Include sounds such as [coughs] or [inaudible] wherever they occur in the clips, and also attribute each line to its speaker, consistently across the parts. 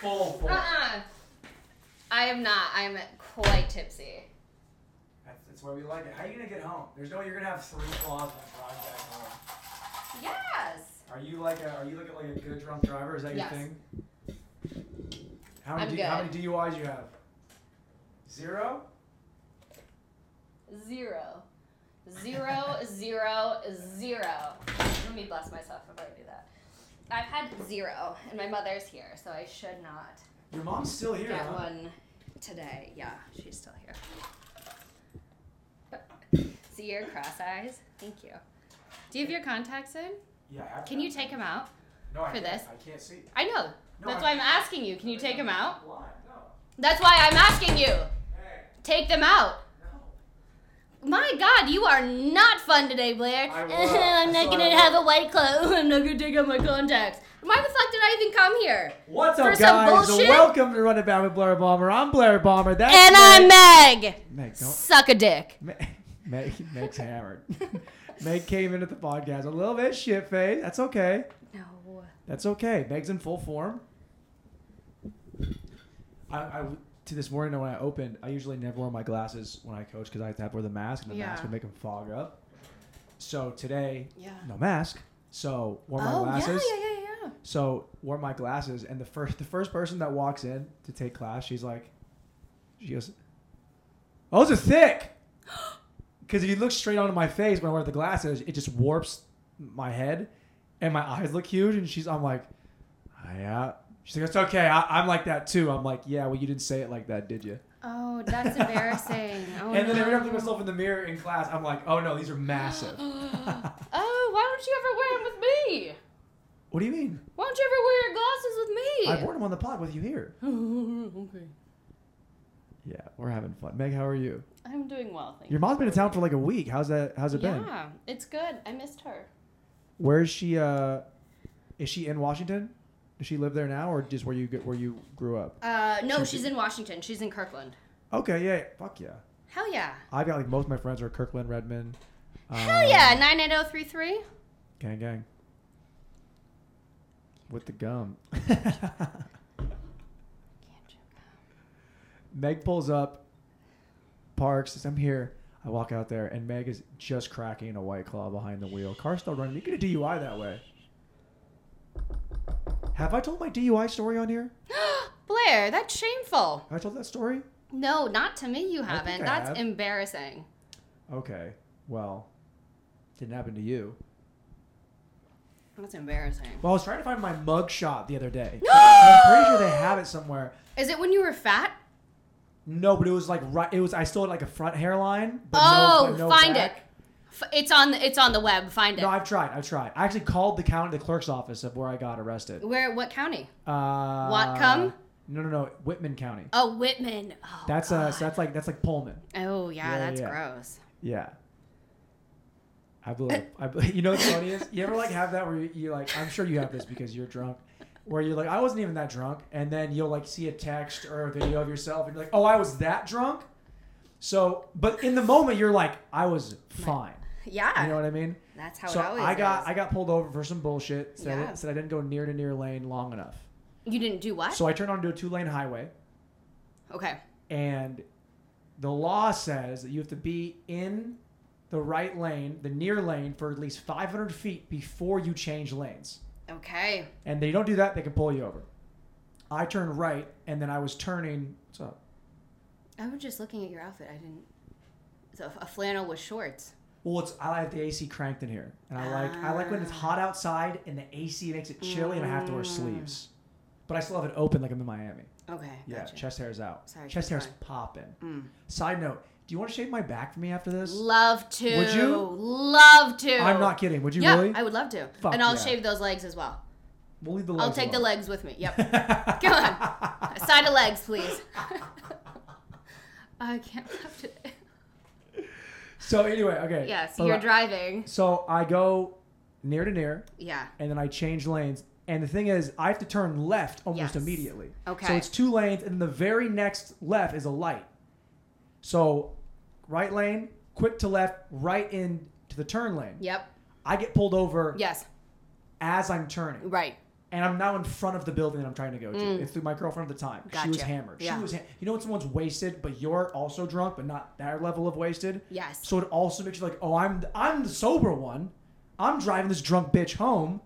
Speaker 1: Full, full.
Speaker 2: [laughs] Uh-uh. I am not. I'm quite tipsy.
Speaker 1: That's, that's why we like it. How are you gonna get home? There's no way you're gonna have three claws and drive back home.
Speaker 2: Yes.
Speaker 1: Are you like a are you looking like a good drunk driver? Is that
Speaker 2: Yes.
Speaker 1: your thing? How many
Speaker 2: I'm
Speaker 1: D- how
Speaker 2: good.
Speaker 1: many DUIs you have? Zero?
Speaker 2: Zero. Zero, [laughs] zero, zero. Let me bless myself before I do that. I've had zero, and my mother's here, so I should not
Speaker 1: Your mom's still here.
Speaker 2: get
Speaker 1: huh?
Speaker 2: one today. Yeah, she's still here. See your cross eyes? Thank you. Do you have your contacts in?
Speaker 1: Yeah. I have
Speaker 2: Can
Speaker 1: to.
Speaker 2: you take them out?
Speaker 1: no, I
Speaker 2: for
Speaker 1: can't-
Speaker 2: this?
Speaker 1: I can't see.
Speaker 2: I know.
Speaker 1: No,
Speaker 2: That's
Speaker 1: I-
Speaker 2: why I'm asking you. Can you take them out?
Speaker 1: Why? No.
Speaker 2: That's why I'm asking you.
Speaker 1: Hey.
Speaker 2: Take them out.
Speaker 1: No.
Speaker 2: My God, you are not fun today, Blair. [laughs]
Speaker 1: I will.
Speaker 2: I'm
Speaker 1: That's
Speaker 2: not
Speaker 1: what
Speaker 2: gonna
Speaker 1: I will.
Speaker 2: have a white club. [laughs] I'm not gonna take out my contacts. Why the fuck did I even come here?
Speaker 1: What's
Speaker 2: For
Speaker 1: up,
Speaker 2: some
Speaker 1: guys?
Speaker 2: bullshit?
Speaker 1: Welcome to Run It Back with Blair Bomber. I'm Blair Bomber. That's
Speaker 2: and I'm
Speaker 1: Meg.
Speaker 2: Meg.
Speaker 1: Meg, don't
Speaker 2: Suck a dick.
Speaker 1: Meg, [laughs] Meg, Meg's hammered. [laughs] Meg came into the podcast a little bit shit faced. That's okay.
Speaker 2: No.
Speaker 1: That's okay. Meg's in full form. I, I to this morning when I opened, I usually never wear my glasses when I coach because I have to have wear the mask, and the
Speaker 2: Yeah.
Speaker 1: mask would make them fog up. So today,
Speaker 2: Yeah.
Speaker 1: no mask. So wore my
Speaker 2: Oh yeah,
Speaker 1: glasses.
Speaker 2: yeah, yeah, yeah.
Speaker 1: So wore my glasses, and the first the first person that walks in to take class, she's like, she goes, "Oh, those are thick."
Speaker 2: [gasps]
Speaker 1: Because if you look straight onto my face when I wear the glasses, it just warps my head, and my eyes look huge. And she's, I'm like, "Ah, yeah. She's like, it's okay. I, I'm like that too. I'm like, yeah. Well, you didn't say it like that, did you?
Speaker 2: Oh,
Speaker 1: [laughs]
Speaker 2: that's embarrassing. Oh,
Speaker 1: and then every time I
Speaker 2: no.
Speaker 1: look myself in the mirror in class, I'm like, oh no, these are massive.
Speaker 2: [gasps]
Speaker 1: [laughs]
Speaker 2: Oh, why don't you ever wear them with me?
Speaker 1: what do you mean?
Speaker 2: Why don't you
Speaker 1: I
Speaker 2: ever wear your glasses with me?
Speaker 1: wore them on the pod with you here.
Speaker 2: [laughs] okay.
Speaker 1: Yeah, we're having fun. Meg, how are you?
Speaker 2: I'm doing well, thank
Speaker 1: Your mom's been in town for like a week. How's that? How's it been?
Speaker 2: Yeah, it's good. I missed her.
Speaker 1: Where is she? Uh, is she in Washington? Does she live there now, or just where you get where you grew up?
Speaker 2: Uh, no,
Speaker 1: She's-
Speaker 2: she's in Washington. She's in Kirkland.
Speaker 1: Okay, yeah, fuck yeah.
Speaker 2: Hell yeah.
Speaker 1: I've got like most of my friends are Kirkland, Redmond.
Speaker 2: Hell
Speaker 1: um,
Speaker 2: yeah. 98033.
Speaker 1: Gang gang. With
Speaker 2: [laughs]
Speaker 1: the gum. Meg pulls up. Parks says, "I'm here." I walk out there, and Meg is just cracking a white claw behind the wheel. Car's still running. You get a DUI that way. Have I told my DUI story on here?
Speaker 2: Blair, that's shameful.
Speaker 1: Have I told that story?
Speaker 2: No, not to me, you
Speaker 1: I think
Speaker 2: haven't.
Speaker 1: I
Speaker 2: that's
Speaker 1: have.
Speaker 2: embarrassing.
Speaker 1: Okay. Well, didn't happen to you.
Speaker 2: That's embarrassing.
Speaker 1: Well, I was trying to find my mug shot the other day. And I'm pretty sure they have it somewhere.
Speaker 2: Is it when you were fat?
Speaker 1: No, but it was like right. It was I still had like a front hairline. But
Speaker 2: oh,
Speaker 1: no, but no
Speaker 2: find
Speaker 1: back.
Speaker 2: it. F- it's on the, it's on the web. Find it.
Speaker 1: No, I've tried. I've tried. I actually called the county, the clerk's office of where I got arrested.
Speaker 2: Where? What county?
Speaker 1: Uh,
Speaker 2: Whatcom?
Speaker 1: No, no, no. Whitman County.
Speaker 2: Oh, Whitman. Oh,
Speaker 1: That's uh,
Speaker 2: God.
Speaker 1: so that's like that's like Pullman.
Speaker 2: Oh yeah,
Speaker 1: Yeah,
Speaker 2: that's
Speaker 1: yeah.
Speaker 2: gross.
Speaker 1: Yeah. I believe. I believe. [laughs] You know what's funny is you ever like have that where you, you like I'm sure you have this because you're drunk, where you're like I wasn't even that drunk, and then you'll like see a text or a video of yourself and you're like oh I was that drunk, so but in the moment you're like I was fine.
Speaker 2: Yeah.
Speaker 1: You know what I mean?
Speaker 2: that's ah, how
Speaker 1: so
Speaker 2: it always
Speaker 1: I got
Speaker 2: is.
Speaker 1: I got pulled over for some bullshit. Said,
Speaker 2: Yeah.
Speaker 1: I, said I didn't go near to near lane long enough.
Speaker 2: you didn't do what?
Speaker 1: So I turned onto a two lane highway,
Speaker 2: okay.
Speaker 1: and the law says that you have to be in the right lane, the near lane, for at least 500 feet before you change lanes.
Speaker 2: Okay.
Speaker 1: And they don't do that; they can pull you over. I turned right, and then I was turning. What's up?
Speaker 2: I was just looking at your outfit. I didn't. So a flannel with shorts.
Speaker 1: Well, it's I have the AC cranked in here, and I like I like when it's
Speaker 2: Ah.
Speaker 1: hot outside and the AC makes it chilly, and I have to
Speaker 2: Mm.
Speaker 1: wear sleeves. But I still have it open like I'm in Miami.
Speaker 2: Okay.
Speaker 1: Yeah,
Speaker 2: gotcha.
Speaker 1: chest hair's out.
Speaker 2: Sorry,
Speaker 1: chest
Speaker 2: keep
Speaker 1: hair's popping.
Speaker 2: Mm.
Speaker 1: Side note: Do you want to shave my back for me after this?
Speaker 2: Love to.
Speaker 1: Would you?
Speaker 2: Love to.
Speaker 1: I'm not kidding. Would you
Speaker 2: yeah,
Speaker 1: really?
Speaker 2: I would love to.
Speaker 1: Fuck
Speaker 2: and I'll
Speaker 1: yeah.
Speaker 2: shave those legs as well.
Speaker 1: we'll leave the
Speaker 2: I'll
Speaker 1: legs
Speaker 2: take the
Speaker 1: alone.
Speaker 2: legs with me.
Speaker 1: [laughs]
Speaker 2: Yep. Come on. Side of legs, please. I can't laugh today.
Speaker 1: so anyway, okay.
Speaker 2: Yeah, so you're
Speaker 1: Alright.
Speaker 2: driving.
Speaker 1: So I go near to near,
Speaker 2: Yeah.
Speaker 1: and then I change lanes. And the thing is, I have to turn left almost
Speaker 2: Yes.
Speaker 1: immediately. So
Speaker 2: Okay.
Speaker 1: it's two lanes, and the very next left is a light. So right lane, quick to left, right in to the turn lane.
Speaker 2: Yep.
Speaker 1: I get pulled over
Speaker 2: Yes.
Speaker 1: as I'm turning.
Speaker 2: Right.
Speaker 1: and I'm now in front of the building that I'm trying to go to.
Speaker 2: Mm.
Speaker 1: It's through my girlfriend at the time. She was
Speaker 2: Gotcha.
Speaker 1: hammered.
Speaker 2: Yeah.
Speaker 1: She was. Ha- you know when someone's wasted, but you're also drunk, but not that level of wasted.
Speaker 2: Yes.
Speaker 1: So it also makes you like, oh, I'm I'm the sober one. I'm driving this drunk bitch home.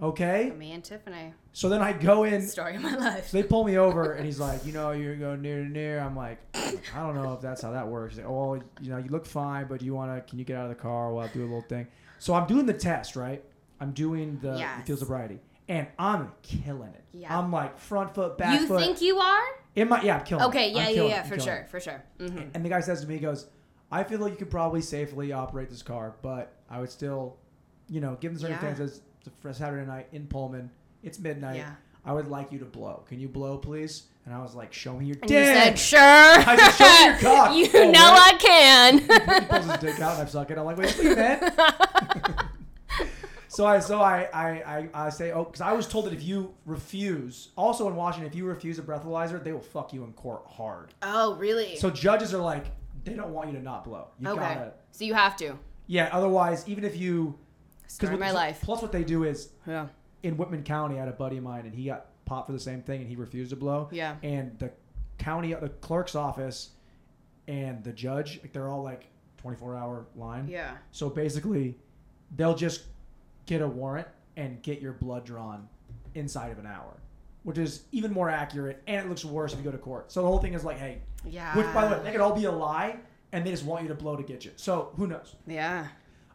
Speaker 1: Okay.
Speaker 2: Me and Tiffany.
Speaker 1: So then I go in.
Speaker 2: Story of my life.
Speaker 1: So they pull me over, and he's like, you know, you're going near to near. I'm like, I don't know if that's how that works. He's like, oh, well, you know, you look fine, but do you want to? Can you get out of the car? Well, I'll do a little thing. So I'm doing the test, right? I'm doing the, the
Speaker 2: Yes.
Speaker 1: field sobriety, and I'm killing it.
Speaker 2: Yeah.
Speaker 1: I'm like front foot, back
Speaker 2: you
Speaker 1: foot.
Speaker 2: think you are?
Speaker 1: In my yeah, I'm killing. it.
Speaker 2: Okay.
Speaker 1: I'm
Speaker 2: Yeah. Yeah.
Speaker 1: killing it.
Speaker 2: Yeah.
Speaker 1: I'm
Speaker 2: For
Speaker 1: killing
Speaker 2: sure.
Speaker 1: it.
Speaker 2: For sure. hmm
Speaker 1: And the guy says to me, he goes, I feel like you could probably safely operate this car, but I would still, you know, given the
Speaker 2: Yeah.
Speaker 1: circumstances, it's a fr- Saturday night in Pullman, it's midnight.
Speaker 2: Yeah.
Speaker 1: I would like you to blow. Can you blow, please? And I was like, show me your
Speaker 2: And you
Speaker 1: dick.
Speaker 2: said, sure. I
Speaker 1: said, "Show me your
Speaker 2: [laughs]
Speaker 1: cock."
Speaker 2: you
Speaker 1: Oh,
Speaker 2: know
Speaker 1: what?
Speaker 2: I
Speaker 1: [laughs]
Speaker 2: can.
Speaker 1: [laughs] he pulls his dick out and I suck it. I'm like, wait, wait a minute.
Speaker 2: [laughs]
Speaker 1: So I, so I, I, I, I say, oh, because I was told that if you refuse, also in Washington, if you refuse a breathalyzer, they will fuck you in court hard.
Speaker 2: oh, really?
Speaker 1: So judges are like, they don't want you to not blow. You
Speaker 2: okay.
Speaker 1: gotta,
Speaker 2: So you have to.
Speaker 1: yeah. Otherwise, even if you
Speaker 2: Story
Speaker 1: what-
Speaker 2: of my life.
Speaker 1: Plus, what they do is
Speaker 2: Yeah.
Speaker 1: in Whitman County, I had a buddy of mine, and he got popped for the same thing, and he refused to blow.
Speaker 2: Yeah.
Speaker 1: And the county, the clerk's office, and the judge, like, they're all like twenty-four hour line.
Speaker 2: Yeah.
Speaker 1: So basically, they'll just get a warrant and get your blood drawn inside of an hour, which is even more accurate, and it looks worse if you go to court. So the whole thing is like, hey,
Speaker 2: Yeah.
Speaker 1: which by the way, they could all be a lie, and they just want you to blow to get you. So who knows?
Speaker 2: Yeah.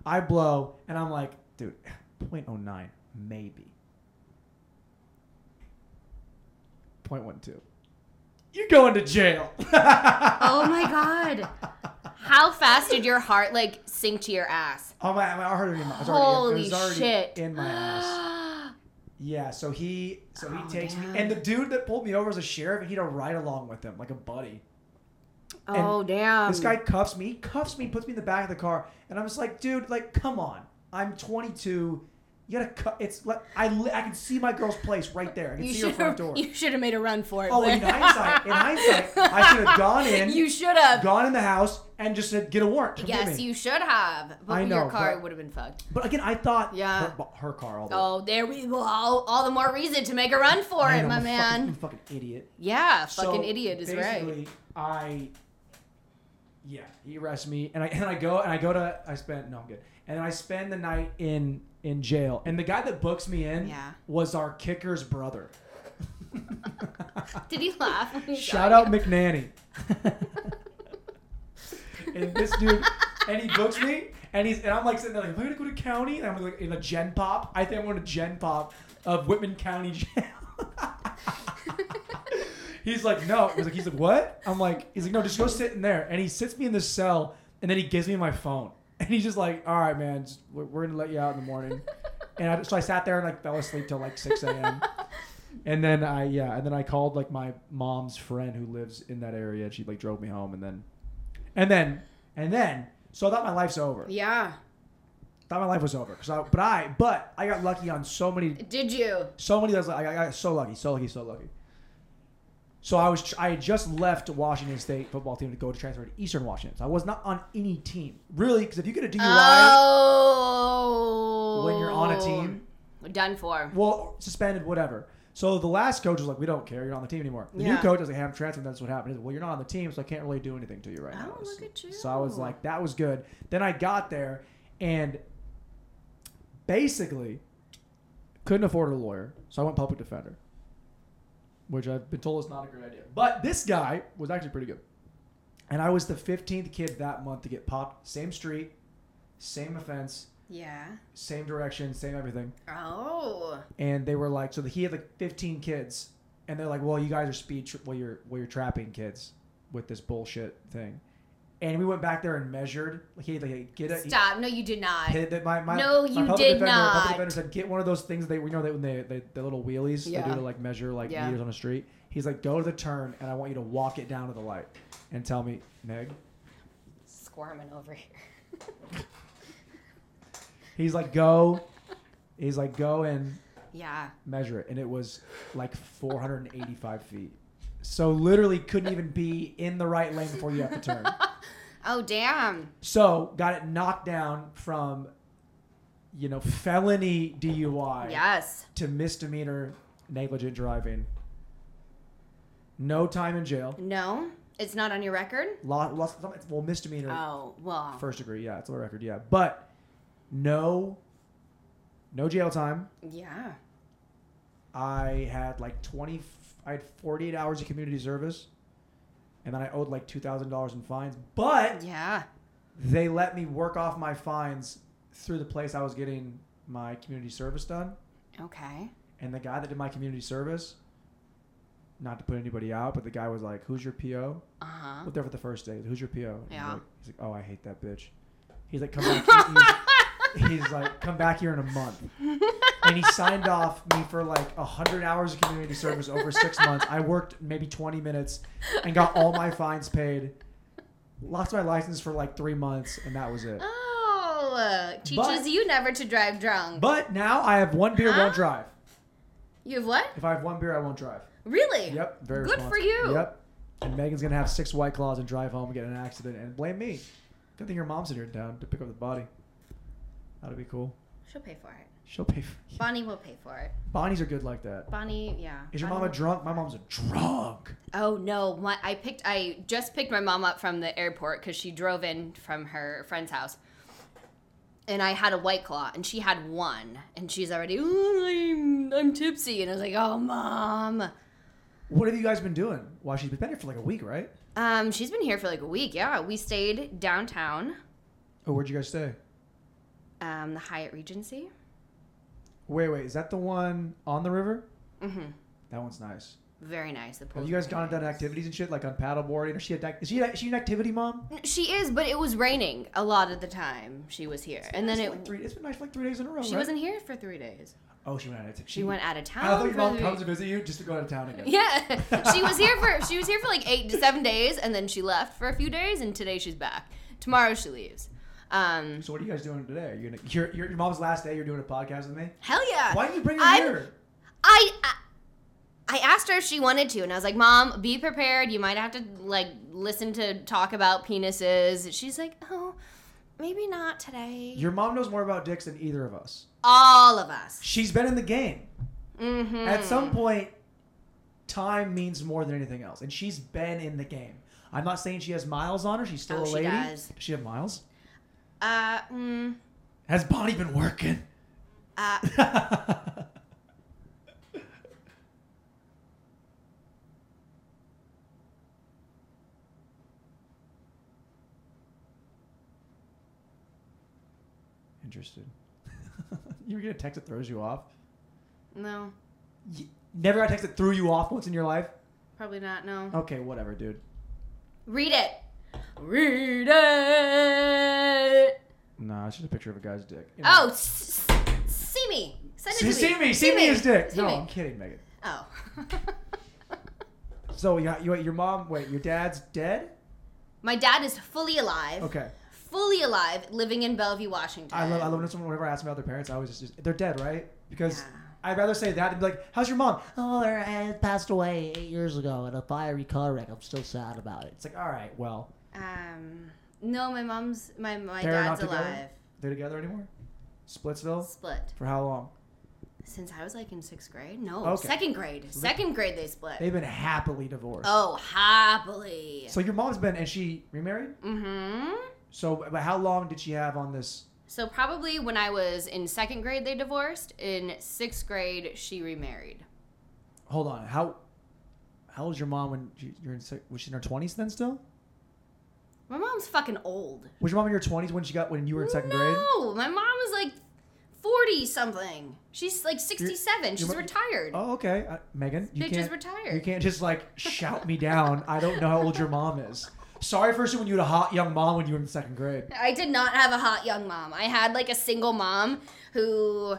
Speaker 1: I blow, and I'm like, dude, 0.09, maybe. 0.12. You're going to jail.
Speaker 2: Oh my god. How fast did your heart like sink to your ass?
Speaker 1: [laughs] Oh my, my heart already, it was already, it
Speaker 2: Holy
Speaker 1: was already
Speaker 2: shit.
Speaker 1: in my ass.
Speaker 2: [gasps]
Speaker 1: Yeah, so he so he
Speaker 2: Oh,
Speaker 1: takes
Speaker 2: damn.
Speaker 1: me and the dude that pulled me over was a sheriff and he had a ride along with him, like a buddy.
Speaker 2: oh damn.
Speaker 1: this guy cuffs me, cuffs me, puts me in the back of the car, and I'm just like, dude, like, come on. I'm 22. You gotta cut. It's like I, li- I can see my girl's place right there. I can
Speaker 2: you
Speaker 1: see her
Speaker 2: should
Speaker 1: front
Speaker 2: have
Speaker 1: door.
Speaker 2: [laughs] you should have made a run for it.
Speaker 1: Oh, in
Speaker 2: Blair. [laughs]
Speaker 1: hindsight, in hindsight, I should have gone in,
Speaker 2: You should have.
Speaker 1: gone in the house, and just said, "Get a warrant." come get
Speaker 2: Yes,
Speaker 1: me."
Speaker 2: you should have. But
Speaker 1: I know,
Speaker 2: your car
Speaker 1: but-
Speaker 2: would have been fucked.
Speaker 1: But again, I thought
Speaker 2: Yeah.
Speaker 1: her, her car all the way.
Speaker 2: Oh, there we go. All, all the more reason to make a run for
Speaker 1: I
Speaker 2: it,
Speaker 1: know,
Speaker 2: my
Speaker 1: I'm a fucking- I'm a
Speaker 2: man.
Speaker 1: fucking idiot.
Speaker 2: Yeah,
Speaker 1: So,
Speaker 2: fucking idiot is right.
Speaker 1: basically, I, yeah, he arrests me, and I and I go and I go to I spend no I'm good, and I spend the night in in jail, and the guy that books me in
Speaker 2: Yeah.
Speaker 1: was our
Speaker 2: [laughs]
Speaker 1: kicker's brother.
Speaker 2: Did he laugh? when he
Speaker 1: Shout
Speaker 2: saw
Speaker 1: out
Speaker 2: you? [laughs]
Speaker 1: McNanny. [laughs] and this dude, and he books me, and he's and I'm like sitting there like, am I gonna go to county? And I'm like in a Gen Pop. I think I'm going to Gen Pop of Whitman County Jail.
Speaker 2: [laughs]
Speaker 1: he's like, no. He's like, he's like, what? I'm like, he's like, no, just go sit in there. And he sits me in this cell, and then he gives me my phone, [laughs] and he's just like, all right, man, just, we're, we're gonna let you out in the morning. And I, so I sat there and like fell asleep till like 6 a.m. And then I yeah, and then I called like my mom's friend who lives in that area, and she like drove me home, and then, and then, and then, so I thought my life's over.
Speaker 2: [laughs] Yeah.
Speaker 1: Thought my life was over, 'cause I, but I, but I got lucky on so many,
Speaker 2: Did you?
Speaker 1: so many. That's like I got so lucky, so lucky, so lucky. So I was, tr- I had just left Washington State football team to go to transfer to Eastern Washington. So I was not on any team really, because if you get a DUI
Speaker 2: Oh.
Speaker 1: when you're on a team,
Speaker 2: Done for.
Speaker 1: well, suspended, whatever. So the last coach was like, "We don't care. You're not on the team anymore." The new
Speaker 2: Yeah.
Speaker 1: coach was like, "Hey, I'm transferring. That's what happened." He said, well, you're not on the team, so I can't really do anything to you right now.
Speaker 2: Oh, look
Speaker 1: So-
Speaker 2: at you.
Speaker 1: So I was like, "That was good." Then I got there, and basically couldn't afford a lawyer, so I went public defender, which I've been told is not a great idea. But this guy was actually pretty good, and I was the 15th kid that month to get popped. Same street, same offense,
Speaker 2: Yeah.
Speaker 1: same direction, same everything
Speaker 2: Oh.
Speaker 1: and they were like, so he had like 15 kids, and they're like, well, you guys are speed, tra- well, you're well, you're trapping kids with this bullshit thing, and we went back there and measured. Like he had like a get a.
Speaker 2: Stop. No, you did not.
Speaker 1: he- that my, my,
Speaker 2: No,
Speaker 1: my
Speaker 2: you
Speaker 1: public
Speaker 2: did
Speaker 1: defender, my
Speaker 2: not.
Speaker 1: Public defender said, "Get one of those things that you know that when they, they the little wheelies they
Speaker 2: Yeah.
Speaker 1: do to like measure like
Speaker 2: Yeah.
Speaker 1: meters on a street." He's like, "Go to the turn, and I want you to walk it down to the light, and tell me, Meg."
Speaker 3: Squirming over here.
Speaker 1: He's like, "Go," he's like, "Go and
Speaker 2: [laughs] Yeah.
Speaker 1: measure it and it was like 485 feet so literally couldn't even be in the right lane before you have to turn
Speaker 2: [laughs] Oh damn.
Speaker 1: so got it knocked down from you know, felony DUI
Speaker 2: Yes.
Speaker 1: to misdemeanor negligent driving. No time in jail.
Speaker 2: No, it's not on your record.
Speaker 1: Lot, lots, well, misdemeanor
Speaker 2: Oh well.
Speaker 1: first degree. Yeah, it's on the record. Yeah, but no, no jail time.
Speaker 2: yeah.
Speaker 1: I had like twenty. I had forty-eight hours of community service, and then I owed like two thousand dollars in fines. But
Speaker 2: Yeah.
Speaker 1: they let me work off my fines through the place I was getting my community service done.
Speaker 2: Okay.
Speaker 1: And the guy that did my community service, not to put anybody out, but the guy was like, "Who's your PO?"
Speaker 2: Uh huh.
Speaker 1: We're there for the first day. Who's your PO? And he's
Speaker 2: Yeah.
Speaker 1: like- He's like, oh, I hate that bitch. He's like, come
Speaker 2: [laughs]
Speaker 1: back. He's, he's like, come back here in a month. And he signed off me for like hundred hours of community service over six months. I worked maybe twenty minutes and got all my fines paid. Lost my license for like three months, and that was it.
Speaker 2: [laughs] Oh, teaches
Speaker 1: But-
Speaker 2: you never to drive drunk.
Speaker 1: But now I have one beer,
Speaker 2: Huh?
Speaker 1: won't drive.
Speaker 2: you have what?
Speaker 1: If I have one beer, I won't drive.
Speaker 2: Really?
Speaker 1: Yep, very
Speaker 2: Good for
Speaker 1: responsible.
Speaker 2: you.
Speaker 1: Yep. And Megan's gonna have six white claws and drive home and get in an accident and blame me. Good thing your mom's in here down to pick up the body. That'll be cool.
Speaker 2: She'll pay for it.
Speaker 1: She'll pay. For
Speaker 2: Bonnie will pay for it.
Speaker 1: Bonnies are good like that.
Speaker 2: Bonnie, yeah.
Speaker 1: Is your
Speaker 2: Bonnie
Speaker 1: mom a
Speaker 2: will-
Speaker 1: drunk? My mom's a drunk.
Speaker 2: Oh no, my, I picked I just picked my mom up from the airport cuz she drove in from her friend's house. And I had a white claw and she had one and she's already "Ooh, I'm, I'm tipsy and I was like, "Oh, mom."
Speaker 1: What have you guys been doing? Why she's been here for like a week, right?
Speaker 2: Um she's been here for like a week. Yeah, we stayed downtown,
Speaker 1: Oh, where'd you guys stay?
Speaker 2: um the Hyatt Regency.
Speaker 1: Wait, wait. Is that the one on the river?
Speaker 2: Mhm.
Speaker 1: That one's nice.
Speaker 2: Very nice. The pool.
Speaker 1: Have you guys gone and done activities and shit like on paddleboarding? Or she a, is she a, is she an activity mom?
Speaker 2: She is, but it was raining a lot of the time she was here. And then
Speaker 1: It's
Speaker 2: it
Speaker 1: like three, it's been nice for like three days in a row.
Speaker 2: she
Speaker 1: right?
Speaker 2: wasn't here for 3 days.
Speaker 1: Oh, she went out. of t-
Speaker 2: She went out of town.
Speaker 1: I thought your
Speaker 2: for
Speaker 1: mom
Speaker 2: the-
Speaker 1: comes to visit you just to go out of town again.
Speaker 2: [laughs] Yeah, she was here for she was here for like eight to seven days, and then she left for a few days, and today she's back. Tomorrow she leaves. Um,
Speaker 1: So what are you guys doing today? You're gonna your your, your mom's last day. You're doing a podcast with me.
Speaker 2: hell yeah!
Speaker 1: Why didn't you bring her
Speaker 2: I'm-
Speaker 1: here?
Speaker 2: I, I I asked her if she wanted to, and I was like, "Mom, be prepared. You might have to like listen to talk about penises." She's like, "Oh, maybe not today."
Speaker 1: Your mom knows more about dicks than either of us.
Speaker 2: All of us.
Speaker 1: She's been in the game.
Speaker 2: Mm-hmm.
Speaker 1: At some point, time means more than anything else, and she's been in the game. I'm not saying she has miles on her. She's still
Speaker 2: Oh,
Speaker 1: a
Speaker 2: she
Speaker 1: lady.
Speaker 2: does.
Speaker 1: Does she have miles?
Speaker 2: Uh, mm,
Speaker 1: Has Bonnie been working? [laughs]
Speaker 2: uh,
Speaker 1: Interested. [laughs] you were gonna text that throws you off.
Speaker 2: no,
Speaker 1: You never got a text that threw you off once in your life.
Speaker 2: probably not. No.
Speaker 1: Okay, whatever, dude.
Speaker 2: Read it. Read it.
Speaker 1: Nah, it's just a picture of a guy's dick. You
Speaker 2: Oh,
Speaker 1: know.
Speaker 2: s- s- see me. Send it
Speaker 1: see,
Speaker 2: to
Speaker 1: see me, see me as dick.
Speaker 2: See
Speaker 1: No,
Speaker 2: me.
Speaker 1: I'm kidding, Megan.
Speaker 2: Oh. [laughs]
Speaker 1: So you, you, your mom, wait, your dad's dead?
Speaker 2: My dad is fully alive.
Speaker 1: Okay.
Speaker 2: Fully alive, living in Bellevue, Washington.
Speaker 1: I love, I love when someone, whenever I ask about their parents, I always just, just- they're dead, right? Because
Speaker 2: Yeah.
Speaker 1: I'd rather say that and be like, how's your mom?
Speaker 4: Oh, her aunt passed away eight years ago in a fiery car wreck. I'm still sad about it.
Speaker 1: It's like, all right, well,
Speaker 2: Um, no, my mom's, my my
Speaker 1: They're not
Speaker 2: dad's
Speaker 1: together?
Speaker 2: alive.
Speaker 1: they're together anymore? Splitsville?
Speaker 2: Split
Speaker 1: For how long?
Speaker 2: since I was like in sixth grade. No,
Speaker 1: Okay.
Speaker 2: second grade.
Speaker 1: they-
Speaker 2: Second grade they split.
Speaker 1: They've been happily divorced.
Speaker 2: oh, happily.
Speaker 1: So your mom's been, and she remarried?
Speaker 2: mm-hmm.
Speaker 1: So, but how long did she have on this?
Speaker 2: So probably when I was in second grade they divorced. In sixth grade she remarried.
Speaker 1: Hold on, how, how old's your mom when she, you're in, sec- was she in her 20s then still?
Speaker 2: My mom's fucking old.
Speaker 1: Was your mom in your 20s when she got, when you were in second grade?
Speaker 2: No, my mom is like 40 something. She's like 67. She's
Speaker 1: your mo-
Speaker 2: retired.
Speaker 1: Oh, okay. Uh, Megan, you
Speaker 2: Bitch is
Speaker 1: can't,
Speaker 2: retired.
Speaker 1: You can't just like shout me down. I don't know how old your mom is. Sorry for assuming you had a hot young mom when you were in second grade.
Speaker 2: I did not have a hot young mom. I had like a single mom who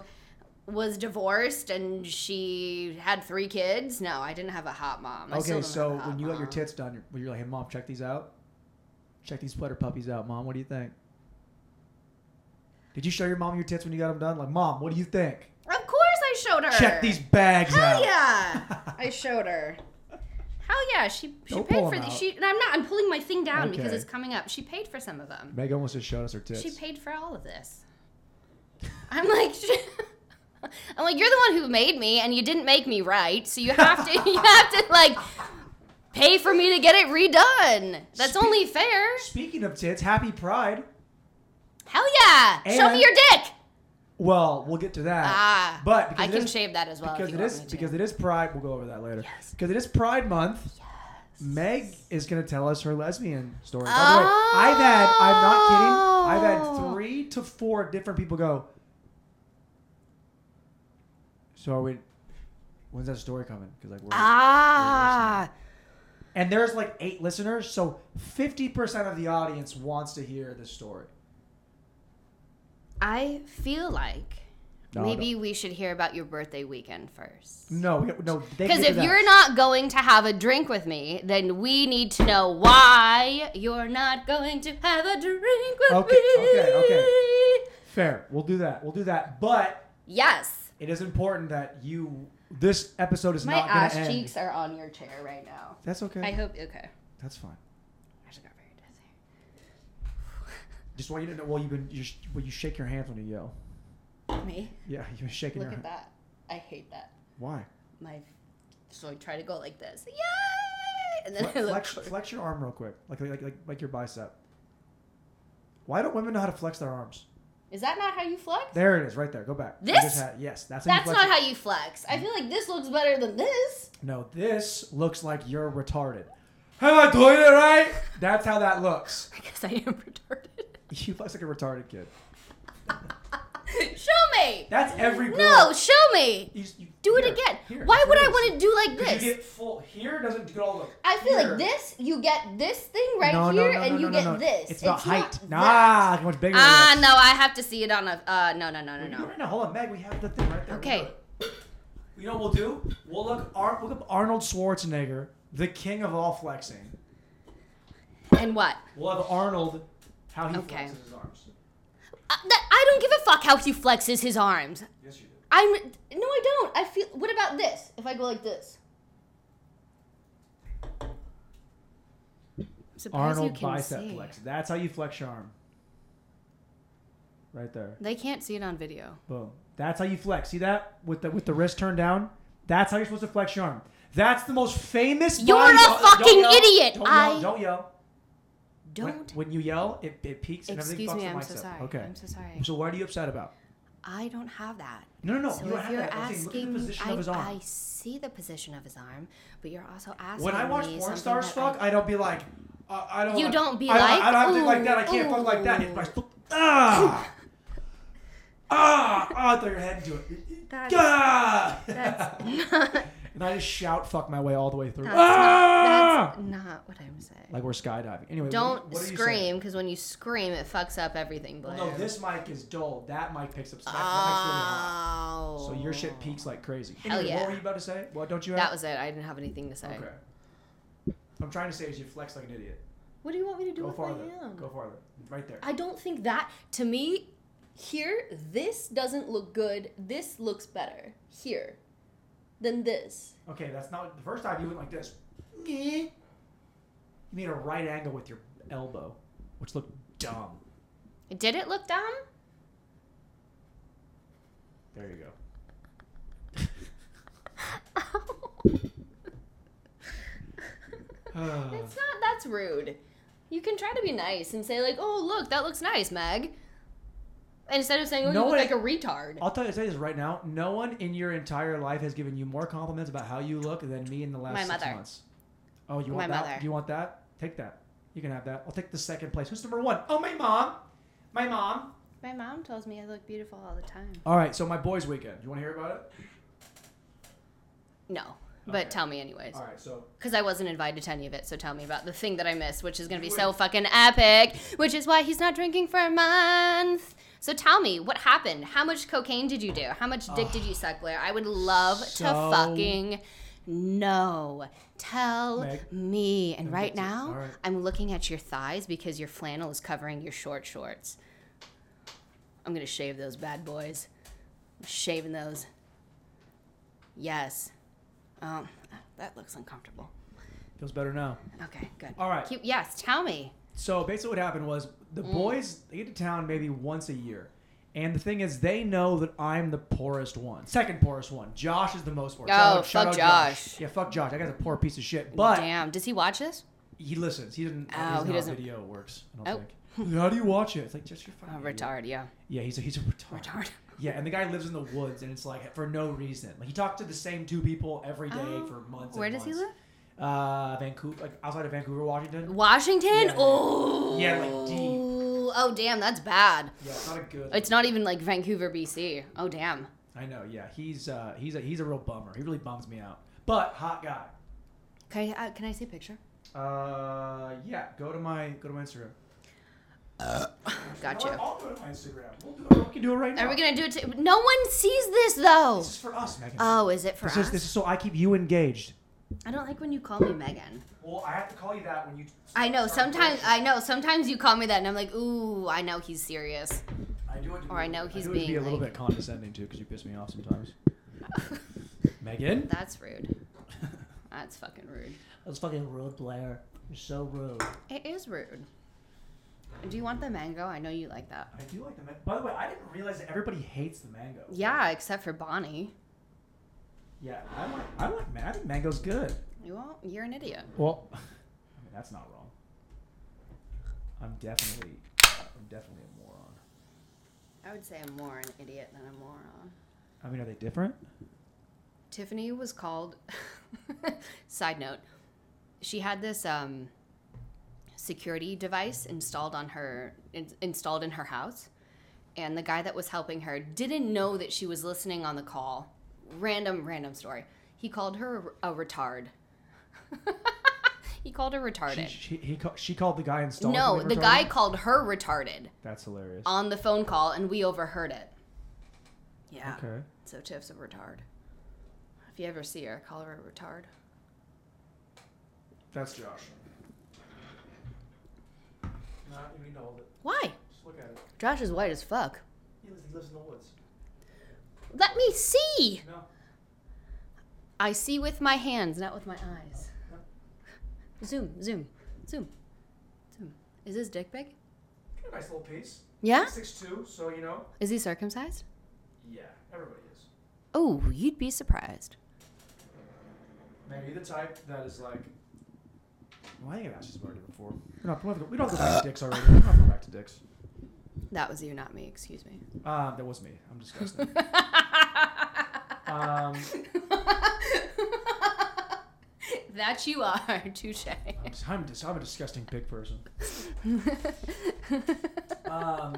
Speaker 2: was divorced and she had three kids. No, I didn't have a hot mom. I still
Speaker 1: okay,
Speaker 2: don't
Speaker 1: so
Speaker 2: have a hot
Speaker 1: when you got your
Speaker 2: mom.
Speaker 1: tits done, you're, when you're like, "Hey, mom, check these out. Check these sweater puppies out, mom. What do you think?" Did you show your mom your tits when you got them done? Like, mom, what do you think?
Speaker 2: Of course I showed her.
Speaker 1: Check these bags
Speaker 2: Hell
Speaker 1: out.
Speaker 2: yeah.
Speaker 1: [laughs]
Speaker 2: I showed her. Hell yeah, she she
Speaker 1: Don't
Speaker 2: paid
Speaker 1: pull
Speaker 2: for
Speaker 1: them
Speaker 2: the
Speaker 1: out.
Speaker 2: she and I'm not I'm pulling my thing down because
Speaker 1: Okay.
Speaker 2: it's coming up. She paid for some of them.
Speaker 1: Meg almost just showed us her tits.
Speaker 2: She paid for all of this. I'm like, [laughs] I'm like, you're the one who made me, and you didn't make me right, so you have to, you have to like pay for me to get it redone. That's
Speaker 1: Spe-
Speaker 2: only fair.
Speaker 1: Speaking of tits, happy pride.
Speaker 2: Hell yeah! Show
Speaker 1: And-
Speaker 2: me your dick.
Speaker 1: Well, we'll get to that.
Speaker 2: Ah,
Speaker 1: but because
Speaker 2: I
Speaker 1: it
Speaker 2: can
Speaker 1: is-
Speaker 2: shave that as well.
Speaker 1: because
Speaker 2: if you
Speaker 1: it
Speaker 2: want
Speaker 1: is
Speaker 2: me to.
Speaker 1: because it is Pride. We'll go over that later.
Speaker 2: Yes.
Speaker 1: Because it is Pride Month. Meg is gonna tell us her lesbian story. By the way,
Speaker 2: Oh.
Speaker 1: I've had I'm not kidding. I've had three to four different people go. So are we? When's that story coming? Because like we're
Speaker 2: ah,
Speaker 1: and there's like eight listeners, so fifty percent of the audience wants to hear this story.
Speaker 2: I feel like
Speaker 1: No, I
Speaker 2: maybe we should hear about your birthday weekend first.
Speaker 1: No, we, no. they
Speaker 2: Because
Speaker 1: get to
Speaker 2: if
Speaker 1: that.
Speaker 2: you're not going to have a drink with me, then we need to know why you're not going to have a drink with
Speaker 1: Okay,
Speaker 2: me.
Speaker 1: okay, okay. fair, we'll do that. We'll do that, but.
Speaker 2: Yes.
Speaker 1: It is important that you. This episode is
Speaker 3: My
Speaker 1: not going
Speaker 3: ass
Speaker 1: to end.
Speaker 3: cheeks are on your chair right now.
Speaker 1: That's okay.
Speaker 2: I hope okay.
Speaker 1: That's fine.
Speaker 2: I just got very dizzy.
Speaker 1: Just want you to know. Well, you've been. You're, sh- well, you shake your hands when you yell.
Speaker 2: Me?
Speaker 1: Yeah, [laughs] you've been shaking
Speaker 3: Look
Speaker 1: your.
Speaker 3: at
Speaker 1: hand.
Speaker 3: that. I hate that.
Speaker 1: Why?
Speaker 2: My so I try to go like this. Yay! And then I [laughs]
Speaker 1: Fle-
Speaker 2: look
Speaker 1: flex,
Speaker 2: forward.
Speaker 1: flex your arm real quick, like like like like your bicep. Why don't women know how to flex their arms?
Speaker 3: Is that not how you flex?
Speaker 1: There it is, right there. Go back. You
Speaker 2: This?
Speaker 1: just had- yes, that's.
Speaker 2: That's
Speaker 1: you
Speaker 2: not
Speaker 1: flex
Speaker 2: how you flex. I feel like this looks better than this.
Speaker 1: your- No, this looks like you're retarded. Am I doing it right? That's how that looks. [laughs]
Speaker 2: I guess I am [laughs] retarded.
Speaker 1: You flex like a retarded kid.
Speaker 2: show me.
Speaker 1: That's every girl.
Speaker 2: No, show me.
Speaker 1: You s- you-
Speaker 2: Do it
Speaker 1: here,
Speaker 2: again.
Speaker 1: here,
Speaker 2: Why
Speaker 1: here
Speaker 2: would
Speaker 1: it
Speaker 2: I
Speaker 1: is.
Speaker 2: want to do like
Speaker 1: Because
Speaker 2: this?
Speaker 1: You get full here doesn't get all the.
Speaker 2: I feel
Speaker 1: here.
Speaker 3: here.
Speaker 2: like this, you get this thing right
Speaker 1: No, no,
Speaker 2: here,
Speaker 1: no, no,
Speaker 2: and you
Speaker 1: no, no,
Speaker 2: get
Speaker 1: no.
Speaker 2: this.
Speaker 1: It's about height.
Speaker 2: not that.
Speaker 1: Nah, look how much bigger.
Speaker 2: Ah,
Speaker 1: it is.
Speaker 2: no, I have to see it on a. Uh, no, no, no, no,
Speaker 1: We're doing [laughs]
Speaker 2: no.
Speaker 1: it now. Hold on, Meg. We have the thing right there.
Speaker 2: Okay.
Speaker 1: We'll do it. You know what we'll do? We'll look. Ar- look up Arnold Schwarzenegger, the king of all flexing.
Speaker 2: And what?
Speaker 1: We'll have Arnold how he
Speaker 2: Okay.
Speaker 1: flexes his arms.
Speaker 2: Uh, that, I don't give a fuck how he flexes his arms.
Speaker 1: Yes, you do.
Speaker 2: I'm. No, I don't. I feel. What about this? If I go like this. I'm surprised
Speaker 1: Arnold
Speaker 2: you can
Speaker 1: bicep
Speaker 2: see.
Speaker 1: flex. That's how you flex your arm. Right there.
Speaker 2: They can't see it on video.
Speaker 1: Boom. That's how you flex. See that with the with the wrist turned down. That's how you're supposed to flex your arm. That's the most famous.
Speaker 2: You're
Speaker 1: body-
Speaker 2: a
Speaker 1: Don't- don't
Speaker 2: fucking
Speaker 1: yell.
Speaker 2: idiot.
Speaker 1: Don't
Speaker 2: I-
Speaker 1: yell. Don't yell. When-
Speaker 2: Don't.
Speaker 1: When, you yell, it, it peaks and everything
Speaker 2: Excuse
Speaker 1: fucks
Speaker 2: me.
Speaker 1: the
Speaker 2: I'm so
Speaker 1: bicep.
Speaker 2: sorry.
Speaker 1: Okay.
Speaker 2: I'm so sorry.
Speaker 1: So what are you upset about?
Speaker 2: I don't have that.
Speaker 1: No, no, no.
Speaker 2: So
Speaker 1: you don't
Speaker 2: if
Speaker 1: have
Speaker 2: you're
Speaker 1: that. I'm saying,
Speaker 2: asking,
Speaker 1: look at the position
Speaker 2: I,
Speaker 1: of his arm.
Speaker 2: I see the position of his arm, but you're also asking
Speaker 1: when I watch
Speaker 2: me
Speaker 1: porn
Speaker 2: something
Speaker 1: stars
Speaker 2: that
Speaker 1: fuck,
Speaker 2: I,
Speaker 1: I, don't be like, I, I don't.
Speaker 2: You
Speaker 1: like-
Speaker 2: don't be
Speaker 1: I
Speaker 2: like,
Speaker 1: I don't have to do like that. I
Speaker 2: ooh,
Speaker 1: can't fuck like that.
Speaker 2: ooh.
Speaker 1: It's my stu- ah.
Speaker 2: [laughs]
Speaker 1: Ah, ah, I throw your head into it.
Speaker 2: That's-
Speaker 1: ah!
Speaker 2: that's
Speaker 1: [laughs]
Speaker 2: not.
Speaker 1: and I just shout fuck my way all the way through.
Speaker 2: That's,
Speaker 1: ah!
Speaker 2: not, that's not what I'm saying.
Speaker 1: like we're skydiving. Anyway, what-
Speaker 2: Don't
Speaker 1: what are you saying?
Speaker 2: scream, because when you scream, it fucks up everything, Blair.
Speaker 1: Well, no, this mic is dull. That mic picks up smack. That mic's really hot.
Speaker 2: oh.
Speaker 1: So your shit peaks like crazy.
Speaker 2: Hell
Speaker 1: Anyway, What
Speaker 2: yeah.
Speaker 1: were you about to say? What don't you have?
Speaker 2: That was it. I didn't have anything to say.
Speaker 1: Okay. I'm trying to say is you flex like an idiot.
Speaker 2: What do you want me to do
Speaker 1: Go
Speaker 2: with
Speaker 1: farther.
Speaker 2: my hand?
Speaker 1: Go farther. Right there.
Speaker 2: I don't think that to me here this doesn't look good. This looks better here than this.
Speaker 1: Okay, that's not the first time you went like this. You made a right angle with your elbow, which looked dumb.
Speaker 2: Did it look dumb?
Speaker 1: There you go.
Speaker 2: [sighs]
Speaker 1: [sighs]
Speaker 2: It's not [laughs] that's rude. You can try to be nice and say like, "Oh, look, that looks nice, Meg." Instead of saying, "Oh,
Speaker 1: No
Speaker 2: you look
Speaker 1: one-
Speaker 2: like a retard."
Speaker 1: I'll tell you, tell you this right now. No one in your entire life has given you more compliments about how you look than me in the last
Speaker 2: My
Speaker 1: six
Speaker 2: mother.
Speaker 1: months. Oh, you
Speaker 2: My
Speaker 1: want that?
Speaker 2: mother.
Speaker 1: Do you want that? Take that. You can have that. I'll take the second place. Who's number one? Oh, my mom. My mom.
Speaker 2: My mom tells me I look beautiful all the time.
Speaker 1: All right, so my boys' weekend. You want to hear about it?
Speaker 2: No, but
Speaker 1: Okay.
Speaker 2: tell me anyways,
Speaker 1: All right, so
Speaker 2: because I wasn't invited to any of it. So tell me about the thing that I missed, which is gonna be
Speaker 1: You
Speaker 2: so fucking epic. Which is why he's not drinking for a month. So tell me what happened. How much cocaine did you do? How much dick did you suck, Blair? I would love
Speaker 1: so-
Speaker 2: to fucking know. Tell
Speaker 1: Meg,
Speaker 2: me. And
Speaker 1: Meg
Speaker 2: right
Speaker 1: gets it.
Speaker 2: now,
Speaker 1: All right.
Speaker 2: I'm looking at your thighs because your flannel is covering your short shorts. I'm gonna shave those bad boys. I'm shaving those. Yes. Um, that looks uncomfortable.
Speaker 1: feels better now.
Speaker 2: Okay, good.
Speaker 1: All right.
Speaker 2: Keep, yes, tell me. Mm.
Speaker 1: So basically, what happened was the boys they get to town maybe once a year, And the thing is, they know that I'm the poorest one, second poorest one. Josh is the most poor.
Speaker 2: Oh,
Speaker 1: Shout out- shout
Speaker 2: fuck
Speaker 1: out
Speaker 2: Josh.
Speaker 1: Yeah, fuck Josh. That guy's a poor piece of shit. But
Speaker 2: Damn, does he watch this?
Speaker 1: he listens. He doesn't.
Speaker 2: Oh, he
Speaker 1: he's not
Speaker 2: doesn't-
Speaker 1: Video works. I
Speaker 2: Oh.
Speaker 1: don't think. How do you watch it? It's like just your
Speaker 2: Oh,
Speaker 1: fucking. idiot.
Speaker 2: retard, yeah.
Speaker 1: Yeah, he's a, he's a retard.
Speaker 2: Retard.
Speaker 1: Yeah, and the guy lives in the woods, and it's like for no reason. Like he talked to the same two people every day
Speaker 2: Oh.
Speaker 1: for
Speaker 2: [laughs]
Speaker 1: months.
Speaker 2: Where
Speaker 1: and
Speaker 2: does he
Speaker 1: months.
Speaker 2: live?
Speaker 1: Uh, Vancouver, like outside of Vancouver, Washington.
Speaker 2: Washington?
Speaker 1: Yeah.
Speaker 2: Oh.
Speaker 1: Yeah, like, deep.
Speaker 2: Oh, damn, that's bad.
Speaker 1: Yeah, it's not a good.
Speaker 2: It's not even like Vancouver, BC. Oh, damn.
Speaker 1: I know. Yeah, he's uh, he's a he's a real bummer. He really bums me out. But hot guy.
Speaker 2: Can I, uh, can I see a picture?
Speaker 1: Uh, yeah. Go to my go to my Instagram.
Speaker 2: Got
Speaker 1: You
Speaker 2: you.
Speaker 1: know what? I'll go to my Instagram. We'll do it. We can do it right now.
Speaker 2: Are we gonna do it? To- no one sees this though.
Speaker 1: This is for us, Megan.
Speaker 2: Oh, is it for
Speaker 1: this
Speaker 2: us?
Speaker 1: is this is so I keep you engaged.
Speaker 2: I don't like when you call me Megan.
Speaker 1: Well, I have to call you that when you.
Speaker 2: I know
Speaker 1: start
Speaker 2: sometimes.
Speaker 1: working.
Speaker 2: I know sometimes you call me that, and I'm like, ooh, I know he's serious.
Speaker 1: I do it to
Speaker 2: Or I know he's
Speaker 1: do it to be
Speaker 2: being,
Speaker 1: a little
Speaker 2: like-
Speaker 1: bit condescending too, because you piss me off sometimes.
Speaker 4: [laughs]
Speaker 1: Megan,
Speaker 2: [laughs] That's rude. That's fucking rude.
Speaker 4: That's fucking rude, Blair. You're so rude.
Speaker 2: It is rude. Do you want the mango? I know you like that.
Speaker 1: I do like the. Man- By the way, I didn't realize that everybody hates the mango.
Speaker 2: Yeah, except for Bonnie.
Speaker 1: Yeah, I like. I like. Man, I think mango's good.
Speaker 2: You all, you're an idiot.
Speaker 1: Well, I mean that's not wrong. I'm definitely, uh, I'm definitely a moron.
Speaker 2: I would say I'm more an idiot than a moron.
Speaker 1: I mean, are they different?
Speaker 2: Tiffany was called. [laughs] side note, she had this um, security device installed on her in, installed in her house, and the guy that was helping her didn't know that she was listening on the call. Random, random story. He called her a retard. [laughs] he called her
Speaker 1: She,
Speaker 2: retarded.
Speaker 1: she, he ca- she called the guy installed.
Speaker 2: no, the guy called her retarded
Speaker 1: That's hilarious.
Speaker 2: on the phone call, and we overheard it. Yeah.
Speaker 1: Okay.
Speaker 2: So Tiff's a retard. If you ever see her, call her a retard.
Speaker 1: That's Josh. Not we know that.
Speaker 2: Why?
Speaker 1: Just look at it.
Speaker 2: Josh is white as fuck.
Speaker 1: He lives, he lives in the woods.
Speaker 2: Let me see.
Speaker 1: No.
Speaker 2: I see with my hands, not with my eyes. Zoom, zoom, zoom, zoom. Is his dick big?
Speaker 1: Got a nice little piece.
Speaker 2: Yeah.
Speaker 1: Six two. So you know.
Speaker 2: Is he circumcised?
Speaker 1: Yeah. Everybody is.
Speaker 2: Oh, you'd be surprised.
Speaker 1: Maybe the type that is like. Well, I think I've asked this already before. We're not, we don't have to go- we don't have to go back to dicks already. We're not going back to dicks.
Speaker 2: That was you, not me. Excuse [laughs] me.
Speaker 1: Uh, that was me. I'm
Speaker 2: [laughs]
Speaker 1: disgusting. um,
Speaker 2: that you are, [laughs] touche.
Speaker 1: I'm, I'm, dis- I'm a disgusting pig person. Um,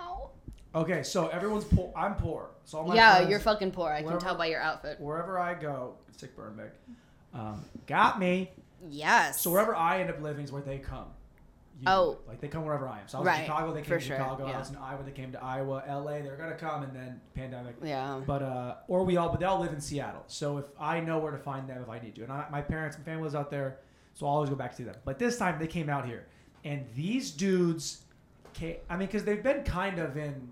Speaker 2: Ow.
Speaker 1: okay, so everyone's poor. I'm poor. So all my
Speaker 2: yeah,
Speaker 1: friends,
Speaker 2: you're fucking poor. I can
Speaker 1: Wherever-
Speaker 2: tell by your outfit.
Speaker 1: wherever I go, sick burn big. Um, got me.
Speaker 2: Yes.
Speaker 1: So wherever I end up living is where they come. usually.
Speaker 2: Oh.
Speaker 1: like they come wherever I am. So I was in
Speaker 2: Right,
Speaker 1: Chicago, they
Speaker 2: for
Speaker 1: came to
Speaker 2: sure,
Speaker 1: Chicago.
Speaker 2: yeah.
Speaker 1: I was in Iowa, they came to Iowa. L.A., they're gonna come, and then pandemic.
Speaker 2: Yeah.
Speaker 1: But uh, or we all, but they all live in Seattle. So if I know where to find them if I need to, and I, my parents and family was out there, so I will always go back to them. But this time they came out here, and these dudes, ca I mean, because they've been kind of in,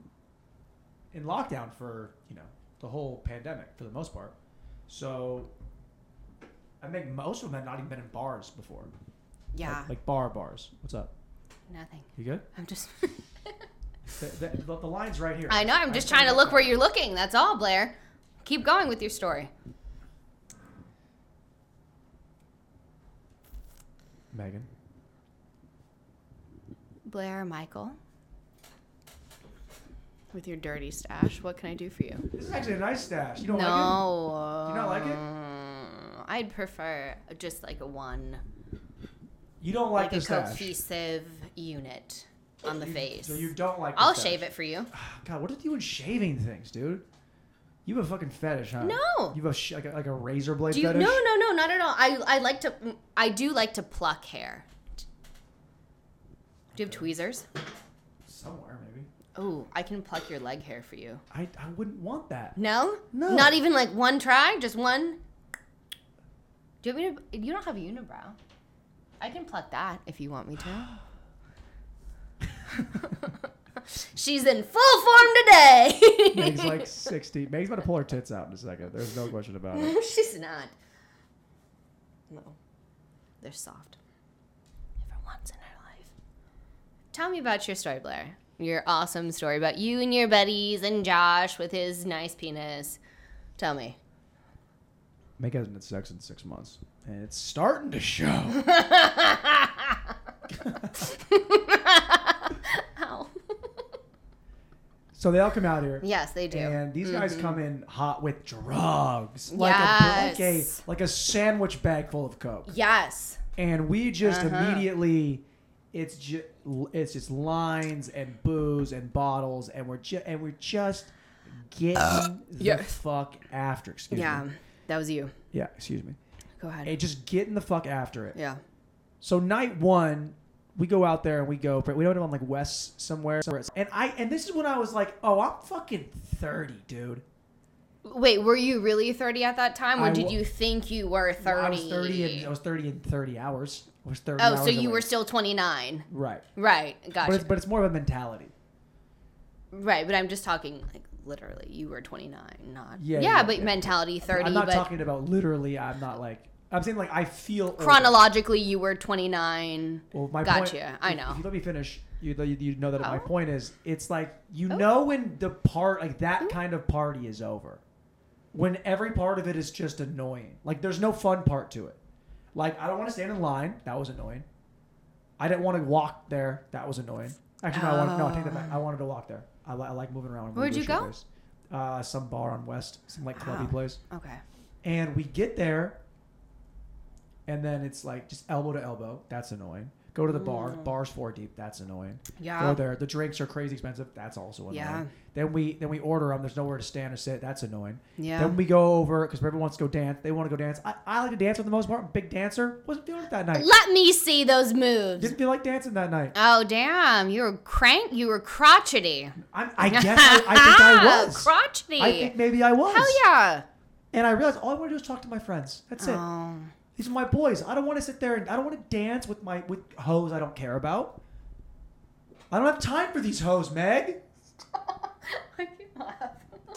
Speaker 1: in lockdown for you know the whole pandemic for the most part. So, I think most of them had not even been in bars before. Like-
Speaker 2: Yeah.
Speaker 1: Like, bar bars. What's up?
Speaker 2: Nothing.
Speaker 1: You good?
Speaker 2: I'm
Speaker 1: [laughs]
Speaker 2: just.
Speaker 1: The, the, the, the line's right here.
Speaker 2: I know. I'm just trying to look where you're looking. That's all, Blair. Keep going with your story.
Speaker 1: Megan.
Speaker 2: Blair, Michael, with your dirty stash, what can I do for you?
Speaker 1: This is actually a nice stash. You don't like it?
Speaker 2: no.
Speaker 1: You not like it?
Speaker 2: um, I'd prefer just like a one,
Speaker 1: You don't like,
Speaker 2: like,
Speaker 1: the
Speaker 2: a
Speaker 1: stash.
Speaker 2: cohesive unit on the
Speaker 1: You-
Speaker 2: face.
Speaker 1: So you don't like. the
Speaker 2: I'll
Speaker 1: stash.
Speaker 2: shave it for you.
Speaker 1: [sighs] God, what are you doing shaving things, dude? You have a fucking fetish, huh?
Speaker 2: No.
Speaker 1: You have a sh- like, a like a razor blade
Speaker 2: Do you, no,
Speaker 1: fetish.
Speaker 2: no, no, not at all. I, I like to, I do like to pluck hair. Do you have tweezers?
Speaker 1: Somewhere maybe.
Speaker 2: Oh, I can pluck your leg hair for you.
Speaker 1: I I wouldn't want that.
Speaker 2: No?
Speaker 1: No.
Speaker 2: Not even like one try? Just one? Do you want me to? You don't have a unibrow. I can pluck that if you want me to.
Speaker 1: [laughs]
Speaker 2: She's in full form
Speaker 1: [laughs]
Speaker 2: today.
Speaker 1: Meg's like sixty. Meg's about to pull her tits out in a second. There's no question about it.
Speaker 2: [laughs] She's not. No. They're soft. For once in her life. Tell me about your story, Blair. your awesome story about you and your buddies and Josh with his nice penis. Tell me.
Speaker 1: Meg hasn't had sex in six months, and it's starting to show.
Speaker 2: [laughs] Ow.
Speaker 1: so they all come out here.
Speaker 2: yes, they do.
Speaker 1: And these guys come in hot with drugs, like a like
Speaker 2: Mm-hmm. Yes.
Speaker 1: a like a sandwich bag full of coke.
Speaker 2: yes.
Speaker 1: And we just
Speaker 2: Uh-huh.
Speaker 1: immediately, it's just it's just lines and booze and bottles, and we're ju- and we're just getting the
Speaker 2: yes.
Speaker 1: fuck after. Excuse
Speaker 2: Yeah.
Speaker 1: me.
Speaker 2: That was you.
Speaker 1: Yeah. Excuse me.
Speaker 2: Go ahead.
Speaker 1: And just getting the fuck after it.
Speaker 2: yeah.
Speaker 1: So night one, we go out there and we go, but we don't know, on like West somewhere, somewhere. And I and this is when I was like, oh, I'm fucking thirty, dude.
Speaker 2: Wait, were you really 30 at that time, or
Speaker 1: I
Speaker 2: did
Speaker 1: wa-
Speaker 2: you think you were 30?
Speaker 1: I was thirty and I was thirty in thirty hours. I was thirty.
Speaker 2: oh,
Speaker 1: hours
Speaker 2: so you
Speaker 1: away.
Speaker 2: were still 29.
Speaker 1: right.
Speaker 2: Right.
Speaker 1: But it's
Speaker 2: Gotcha.
Speaker 1: but it's more of a mentality.
Speaker 2: right, but I'm just talking like literally you were 29, not. Yeah,
Speaker 1: Yeah, yeah,
Speaker 2: but
Speaker 1: yeah.
Speaker 2: mentality 30,
Speaker 1: I'm not
Speaker 2: but
Speaker 1: talking about literally. I'm not like. I'm saying like I feel older.
Speaker 2: chronologically you were 29.
Speaker 1: Well, my
Speaker 2: Gotcha,
Speaker 1: Point,
Speaker 2: I
Speaker 1: if-
Speaker 2: know.
Speaker 1: If you let me finish, you you, you know that my
Speaker 2: Oh.
Speaker 1: point is, it's like you
Speaker 2: Oh. Mm-hmm.
Speaker 1: know when the part like that kind of party is over, when every part of it is just annoying. Like there's no fun part to it. Like I don't want to stand in line. That was annoying. I didn't want to walk there. That was annoying. Actually, no, I wanted, no, I take that back. I wanted to walk there. I, li- I like moving around. when we
Speaker 2: Where'd
Speaker 1: do
Speaker 2: you
Speaker 1: shit
Speaker 2: go? Ah.
Speaker 1: like this. Uh, some bar on West, some like clubby
Speaker 2: Wow.
Speaker 1: place.
Speaker 2: Okay.
Speaker 1: And we get there, and then it's like just elbow to elbow. That's annoying. Go to the bar.
Speaker 2: Mm.
Speaker 1: Bar's four deep. That's annoying.
Speaker 2: Yeah.
Speaker 1: Go there. The drinks are crazy expensive. That's also annoying.
Speaker 2: Ah. Yeah.
Speaker 1: Then we then we order them. There's nowhere to stand or sit. That's annoying.
Speaker 2: Yeah.
Speaker 1: Then we go over because everyone wants to go dance. They want to go dance. I, I like to dance for the most part. I'm a big dancer. Wasn't feeling it that night.
Speaker 2: Let me see those moves.
Speaker 1: Didn't feel like dancing that night.
Speaker 2: Oh damn! You were crank. You were crotchety.
Speaker 1: I'm,
Speaker 2: [laughs]
Speaker 1: I guess I, I think I was.
Speaker 2: crotchety.
Speaker 1: I think maybe I was.
Speaker 2: Hell yeah!
Speaker 1: And I realized all I want to do is talk to my friends. That's it.
Speaker 2: Oh,
Speaker 1: [laughs] These are my boys. I don't want to sit there and I don't want to dance with my with hoes I don't care about. I don't have time for these hoes, Meg.
Speaker 3: I can't laugh.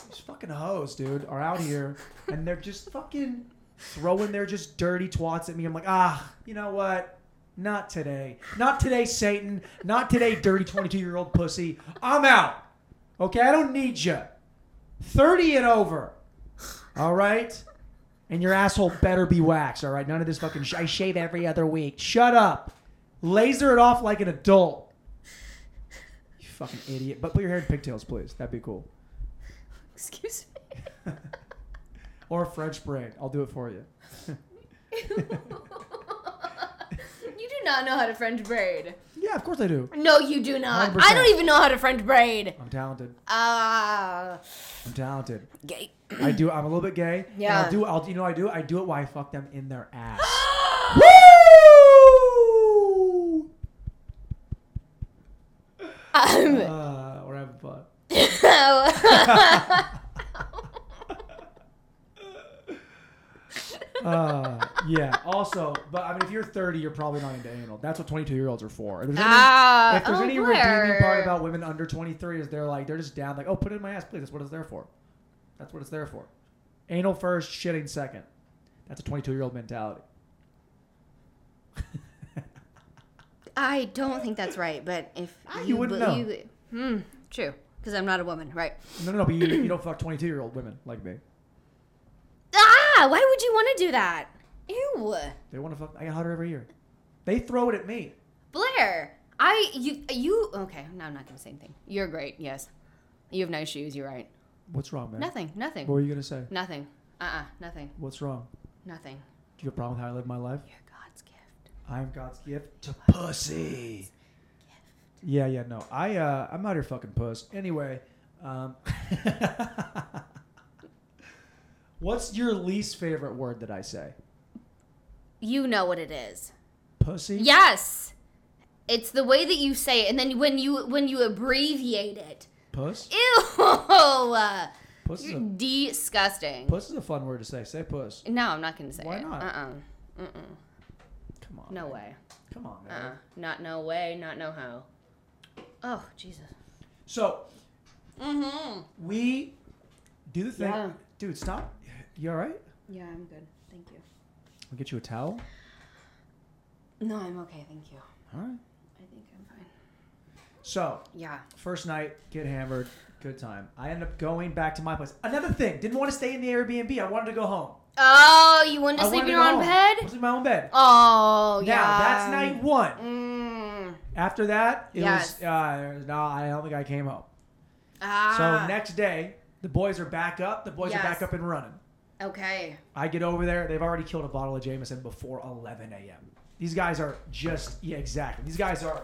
Speaker 1: These fucking hoes, dude, are out here and they're just fucking throwing their just dirty twats at me. I'm like, ah, you know what? Not today. Not today, Satan. Not today, dirty 22 year old pussy. I'm out. Okay, I don't need you. 30 and over. All right? And your asshole better be waxed, all right? None of this fucking sh- I shave every other week. Shut up. Laser it off like an adult. You fucking idiot. But put your hair in pigtails, please. That'd be cool.
Speaker 2: excuse [laughs] me.
Speaker 1: Or French braid. I'll do it for you. [laughs]
Speaker 2: you do not know how to French braid.
Speaker 1: Yeah, of course I do.
Speaker 2: No, you do not.
Speaker 1: 100%.
Speaker 2: I don't even know how to French braid.
Speaker 1: I'm talented.
Speaker 2: Ah,
Speaker 1: I'm talented.
Speaker 2: [gasps] gay. Um,
Speaker 1: I do. I'm a little bit gay. and
Speaker 2: Yeah.
Speaker 1: I'll do. I'll. You know. what I do. I do it while I fuck them in their
Speaker 2: [gasps]
Speaker 1: ass.
Speaker 2: [laughs]
Speaker 1: Woo!
Speaker 2: Um,
Speaker 1: Uh, we're having fun. Uh, yeah. Also, but I mean, if you're 30, you're probably not into anal. That's what 22 year olds are for. If there's any,
Speaker 2: ah,
Speaker 1: if there's
Speaker 2: oh,
Speaker 1: any redeeming part
Speaker 2: Blair.
Speaker 1: about women under 23, is they're like they're just down. Like, oh, put it in my ass, please. That's what it's there for. That's what it's there for. Anal first, shitting second. That's a 22 year old mentality.
Speaker 2: I don't think that's right, but if
Speaker 1: Ah, you wouldn't
Speaker 2: bel- you- hmm, true, because I'm not a woman, right?
Speaker 1: No, no, no. But you,
Speaker 2: [clears throat]
Speaker 1: you don't fuck 22 year old women like me.
Speaker 2: Ah, why would you want to do that? Ew,
Speaker 1: They want to fuck. I get hotter every year. They throw it at me.
Speaker 2: Blair. I you you okay? No, I'm not gonna say anything. You're great. Yes, you have nice shoes. You're right.
Speaker 1: What's wrong, man?
Speaker 2: Nothing. Nothing.
Speaker 1: What were you gonna say?
Speaker 2: Nothing. Uh. uh Nothing.
Speaker 1: What's wrong?
Speaker 2: Nothing.
Speaker 1: Do you have a problem with how I live my life?
Speaker 2: You're God's gift.
Speaker 1: I'm God's gift to pussy. Yeah, yeah, no. I uh, I'm out here fucking puss. Anyway, um, [laughs] what's your least favorite word that I say?
Speaker 2: You know what it is.
Speaker 1: Pussy.
Speaker 2: Yes. It's the way that you say it, and then when you when you abbreviate it.
Speaker 1: Puss.
Speaker 2: Ew. [laughs]
Speaker 1: Puss is
Speaker 2: You're
Speaker 1: a
Speaker 2: disgusting.
Speaker 1: puss is a fun word to say. Say puss.
Speaker 2: No, I'm not gonna say
Speaker 1: Why
Speaker 2: it.
Speaker 1: not?
Speaker 2: Uh. uh Mm-mm.
Speaker 1: Come on.
Speaker 2: No
Speaker 1: man.
Speaker 2: way.
Speaker 1: Come on,
Speaker 2: Uh.
Speaker 1: man.
Speaker 2: uh Not no way. Not no how. Oh Jesus.
Speaker 1: So
Speaker 2: Mm-hmm.
Speaker 1: we do the thing,
Speaker 2: Yeah.
Speaker 1: dude. Stop. You all right?
Speaker 2: Yeah, I'm good. Thank you.
Speaker 1: I'll get you a towel.
Speaker 2: No, I'm okay. Thank you.
Speaker 1: All right.
Speaker 2: I think I'm fine.
Speaker 1: So
Speaker 2: Yeah.
Speaker 1: first night, get hammered, good time. I end up going back to my place. Another thing, didn't want to stay in the Airbnb. I wanted to go home.
Speaker 2: Oh, you wanted to
Speaker 1: I
Speaker 2: sleep in
Speaker 1: wanted to
Speaker 2: your
Speaker 1: go
Speaker 2: own
Speaker 1: home. I
Speaker 2: bed?
Speaker 1: was in my own bed.
Speaker 2: Oh, yeah.
Speaker 1: Yeah, now that's night one.
Speaker 2: Mm.
Speaker 1: After that, it
Speaker 2: Yes.
Speaker 1: was uh, no. I don't think I came home.
Speaker 2: Ah.
Speaker 1: So next day, the boys are back up. The boys
Speaker 2: Yes.
Speaker 1: are back up and running.
Speaker 2: Okay.
Speaker 1: I get over there. They've already killed a bottle of Jameson before 11 a.m. These guys are just yeah, exactly. These guys are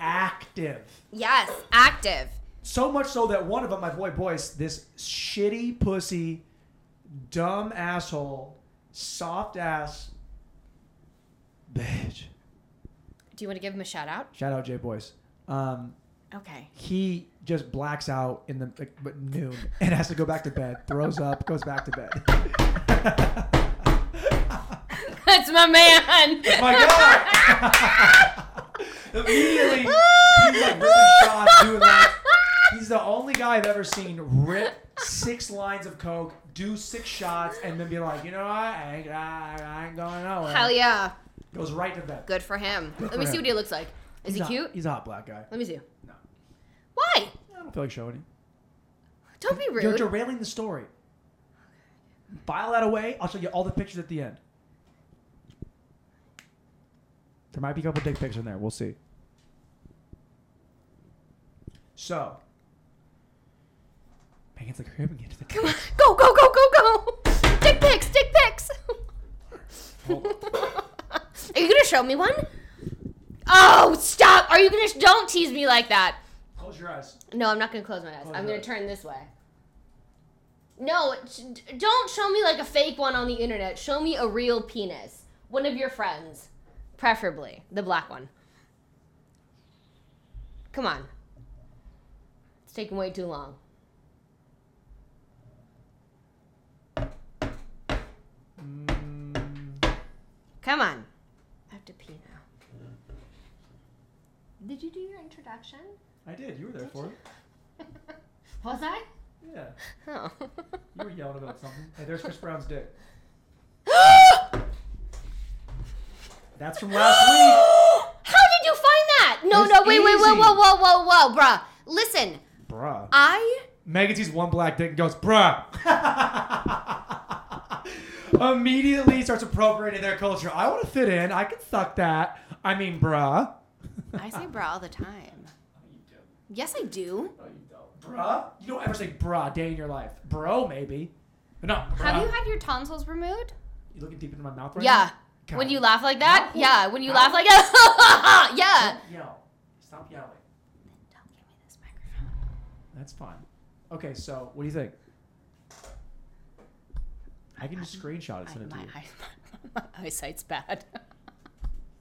Speaker 1: active.
Speaker 2: Yes. Active.
Speaker 1: So much so that one of them, my boy Boyce, this shitty pussy, dumb asshole, soft ass bitch.
Speaker 2: Do you want to give him a shout out?
Speaker 1: Shout out Jay Boyce. Um,
Speaker 2: Okay.
Speaker 1: he just blacks out in the like, but noon and has to go back to bed. Throws up, goes back to bed.
Speaker 2: [laughs]
Speaker 1: [laughs]
Speaker 2: That's my man.
Speaker 1: Oh My God! [laughs] Immediately, he's like ripping shots, doing that. He's the only guy I've ever seen rip six lines of coke, do six shots, and then be like, you know what? I ain't, I, I ain't going
Speaker 2: [laughs]
Speaker 1: nowhere.
Speaker 2: Hell yeah.
Speaker 1: Goes right to bed.
Speaker 2: Good for him. Let
Speaker 1: for
Speaker 2: me see
Speaker 1: him.
Speaker 2: what he looks like. Is
Speaker 1: He's a-
Speaker 2: he cute?
Speaker 1: He's a hot black guy.
Speaker 2: Let me see.
Speaker 1: No.
Speaker 2: Why?
Speaker 1: I don't feel like showing him.
Speaker 2: Don't be rude.
Speaker 1: You're derailing the story. File that away. I'll show you all the pictures at the end. There might be a couple dick pics in there. We'll see. So, Megan's like, hurry up and get to the
Speaker 2: Come
Speaker 1: [laughs]
Speaker 2: on. [laughs] Go, go, go, go, go. Dick pics, dick pics. [laughs] Are you going to show me one? Oh, stop. Are you going to. Don't tease me like that.
Speaker 1: Close your eyes.
Speaker 2: No, I'm not going to close my eyes.
Speaker 1: Close
Speaker 2: I'm
Speaker 1: your
Speaker 2: going to
Speaker 1: eyes.
Speaker 2: turn this way. No, it's- d- don't show me like a fake one on the internet. Show me a real penis. One of your friends, preferably the black one. Come on. It's taking way too long.
Speaker 1: Mm,
Speaker 2: Come on. I have to pee now.
Speaker 3: Did you do your introduction?
Speaker 1: I did. You were there for it.
Speaker 3: Was I?
Speaker 1: Yeah.
Speaker 2: [laughs] Oh.
Speaker 1: You were yelling about something. Hey, there's Chris Brown's dick.
Speaker 2: [gasps]
Speaker 1: That's from last week.
Speaker 2: How did you find that? No,
Speaker 1: It's
Speaker 2: no, wait, wait, whoa,
Speaker 1: easy.
Speaker 2: whoa, whoa, whoa, whoa, bruh. Listen, [gasps]
Speaker 1: Bruh.
Speaker 2: I
Speaker 1: Megan sees one black dick and goes, bruh. [laughs] Immediately starts appropriating their culture. I want to fit in. I can suck that. I mean, bruh.
Speaker 2: I say bruh all the time. Yes, I do.
Speaker 1: Bruh? You don't ever say bruh a day in your life. Bro, maybe. But not bruh.
Speaker 2: Have you had your tonsils removed?
Speaker 1: You looking deep into my mouth right
Speaker 2: yeah.
Speaker 1: now?
Speaker 2: When
Speaker 1: God.
Speaker 2: you laugh like that?
Speaker 1: Ow.
Speaker 2: Yeah. When you
Speaker 1: Ow.
Speaker 2: laugh like that? [laughs] yeah.
Speaker 1: Don't yell. Stop yelling.
Speaker 2: Don't give me this microphone.
Speaker 1: That's fine. Okay, so what do you think? I can just screenshot it,
Speaker 2: I-
Speaker 1: send it to
Speaker 2: my,
Speaker 1: you.
Speaker 2: eye- [laughs] my eyesight's bad.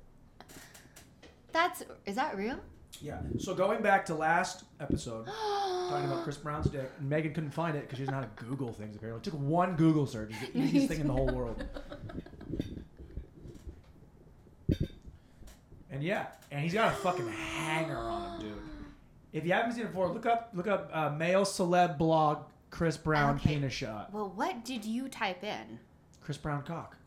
Speaker 2: [laughs] That's is that [gasps] real?
Speaker 1: Yeah. So going back to last episode, talking about Chris Brown's dick, and Megan couldn't find it because she doesn't know how to Google things. Apparently, it took one Google search. It's the easiest thing in the whole world. And yeah, and he's got a fucking hanger on him, dude. If you haven't seen it before, look up look up uh, male celeb blog Chris Brown
Speaker 2: Okay.
Speaker 1: penis shot.
Speaker 2: Well, what did you type in?
Speaker 1: Chris Brown cock.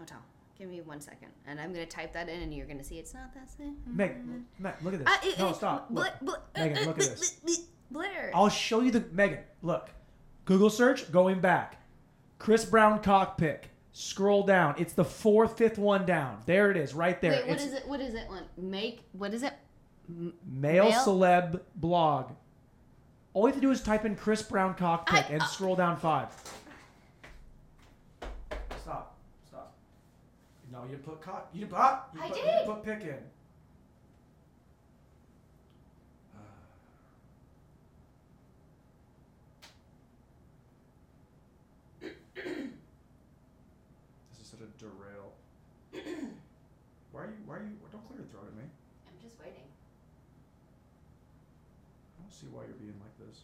Speaker 2: Oh, Tom, give me one second, and I'm gonna type that in, and you're gonna see it's not that same.
Speaker 1: Meg, Meg, look at this.
Speaker 2: Mm-hmm. Uh, it-
Speaker 1: no,
Speaker 2: it-
Speaker 1: stop.
Speaker 2: Bl-
Speaker 1: Look.
Speaker 2: bl-
Speaker 1: Megan, look at
Speaker 2: uh,
Speaker 1: this.
Speaker 2: bl- bl- Blair.
Speaker 1: I'll show you the Megan. Look, Google search going back. Chris Brown cockpick. Scroll down. It's the fourth, fifth one down. There it is, right there.
Speaker 2: Wait, what
Speaker 1: it's
Speaker 2: is it? What is it? One make? What is it?
Speaker 1: Male,
Speaker 2: Male?
Speaker 1: celeb blog. All you have to do is type in Chris Brown cockpick
Speaker 2: I-
Speaker 1: and
Speaker 2: uh-
Speaker 1: scroll down five. Stop. Stop. No, you didn't put cock. You didn't put. ah, You
Speaker 2: I
Speaker 1: put,
Speaker 2: did.
Speaker 1: You didn't put pick in. this is such a derail. why are you? Why are you? Don't clear your throat at me.
Speaker 3: I'm just waiting.
Speaker 1: I don't see why you're being like this.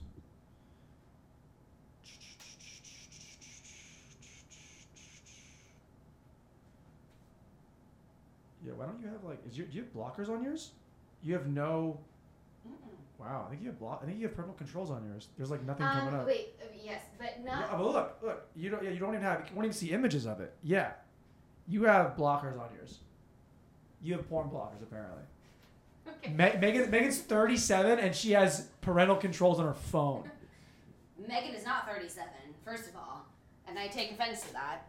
Speaker 1: Yeah, why don't you have like? Is your, do you have blockers on yours? You have no. Wow, I think you have block. I think you have parental controls on yours. There's like nothing coming
Speaker 2: Um,
Speaker 1: up.
Speaker 3: Um, wait,
Speaker 2: uh,
Speaker 3: yes, but
Speaker 1: Yeah, but look, look. You don't. Yeah, you don't even have. You won't even see images of it. Yeah, you have blockers on yours. You have porn blockers apparently.
Speaker 3: Okay.
Speaker 1: Me- Megan, Megan's 37 and she has parental controls on her phone.
Speaker 2: Megan is not 37, first of all, and I take offense to that.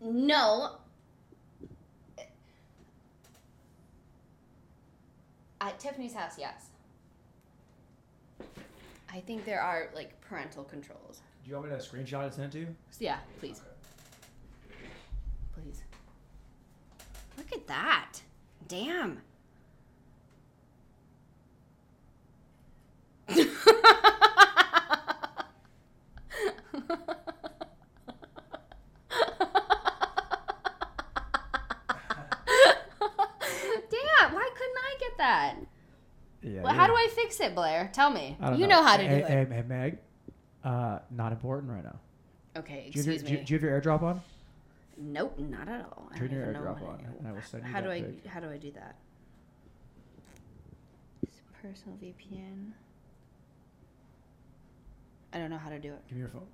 Speaker 2: No.
Speaker 3: At Tiffany's house, yes.
Speaker 2: I think there are like parental controls.
Speaker 1: Do you want me to screenshot it sent to you?
Speaker 2: So, yeah, please. Please. Look at that. Damn.
Speaker 3: Damn, why couldn't I get that?
Speaker 1: Yeah.
Speaker 2: Well, how do I fix it, Blair? Tell me. You know, how to do
Speaker 1: hey,
Speaker 2: it.
Speaker 1: Hey, hey, Meg, uh, not important right now.
Speaker 2: Okay,
Speaker 1: Do you, have your,
Speaker 2: excuse
Speaker 1: do, you,
Speaker 2: me.
Speaker 1: do you have your airdrop on?
Speaker 2: nope, not at all. I
Speaker 1: Turn
Speaker 2: don't
Speaker 1: your
Speaker 2: even know
Speaker 1: airdrop
Speaker 2: what
Speaker 1: on,
Speaker 2: I-
Speaker 1: and I will send you
Speaker 2: How
Speaker 1: that
Speaker 2: do I
Speaker 1: pic.
Speaker 2: how do I do that? Personal VPN. I don't know how to do it.
Speaker 1: Give me your phone.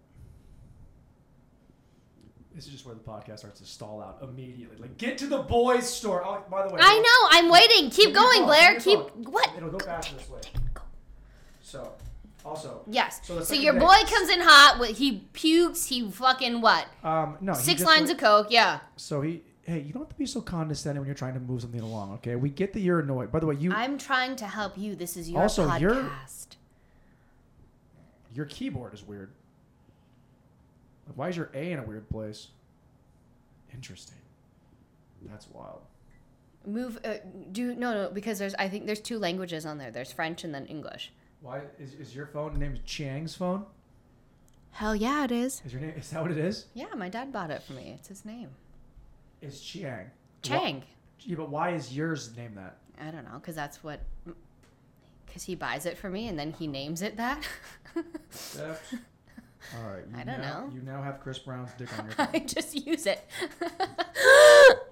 Speaker 1: This is just where the podcast starts to stall out immediately. Like, get to the boys' store. Oh, by the way,
Speaker 2: I know. I'm waiting. Keep
Speaker 1: Give me your
Speaker 2: going,
Speaker 1: phone,
Speaker 2: Blair.
Speaker 1: give me
Speaker 2: Keep
Speaker 1: your phone.
Speaker 2: what?
Speaker 1: It'll go faster
Speaker 2: Take
Speaker 1: this
Speaker 2: it,
Speaker 1: way.
Speaker 2: take it, go.
Speaker 1: So, also,
Speaker 2: Yes.
Speaker 1: So the
Speaker 2: So,
Speaker 1: second
Speaker 2: your
Speaker 1: day-
Speaker 2: boy comes in hot. wh- He pukes. He fucking what?
Speaker 1: um, no, he
Speaker 2: Six
Speaker 1: just
Speaker 2: lines
Speaker 1: went-
Speaker 2: of coke. Yeah.
Speaker 1: So he, hey, you don't have to be so condescending when you're trying to move something along. Okay, we get that you're annoyed. By the way, you
Speaker 2: I'm trying to help you. This is your
Speaker 1: Also,
Speaker 2: podcast.
Speaker 1: you're- your keyboard is weird. Like, why is your A in a weird place? Interesting. That's wild.
Speaker 2: Move. Uh, do no no because there's I think there's two languages on there. There's French and then English.
Speaker 1: Why is, is your phone named Chang's phone?
Speaker 2: Hell yeah, it is.
Speaker 1: Is your name? Is that what it is?
Speaker 2: Yeah, my dad bought it for me. It's his name.
Speaker 1: Is Chiang? Why,
Speaker 2: Chang.
Speaker 1: yeah, but why is yours named that?
Speaker 2: I don't know, because that's what. Because he buys it for me and then he names it that. [laughs]
Speaker 1: All right. You
Speaker 2: I don't
Speaker 1: now,
Speaker 2: know.
Speaker 1: You now have Chris Brown's dick on your phone.
Speaker 2: [laughs] I just use it.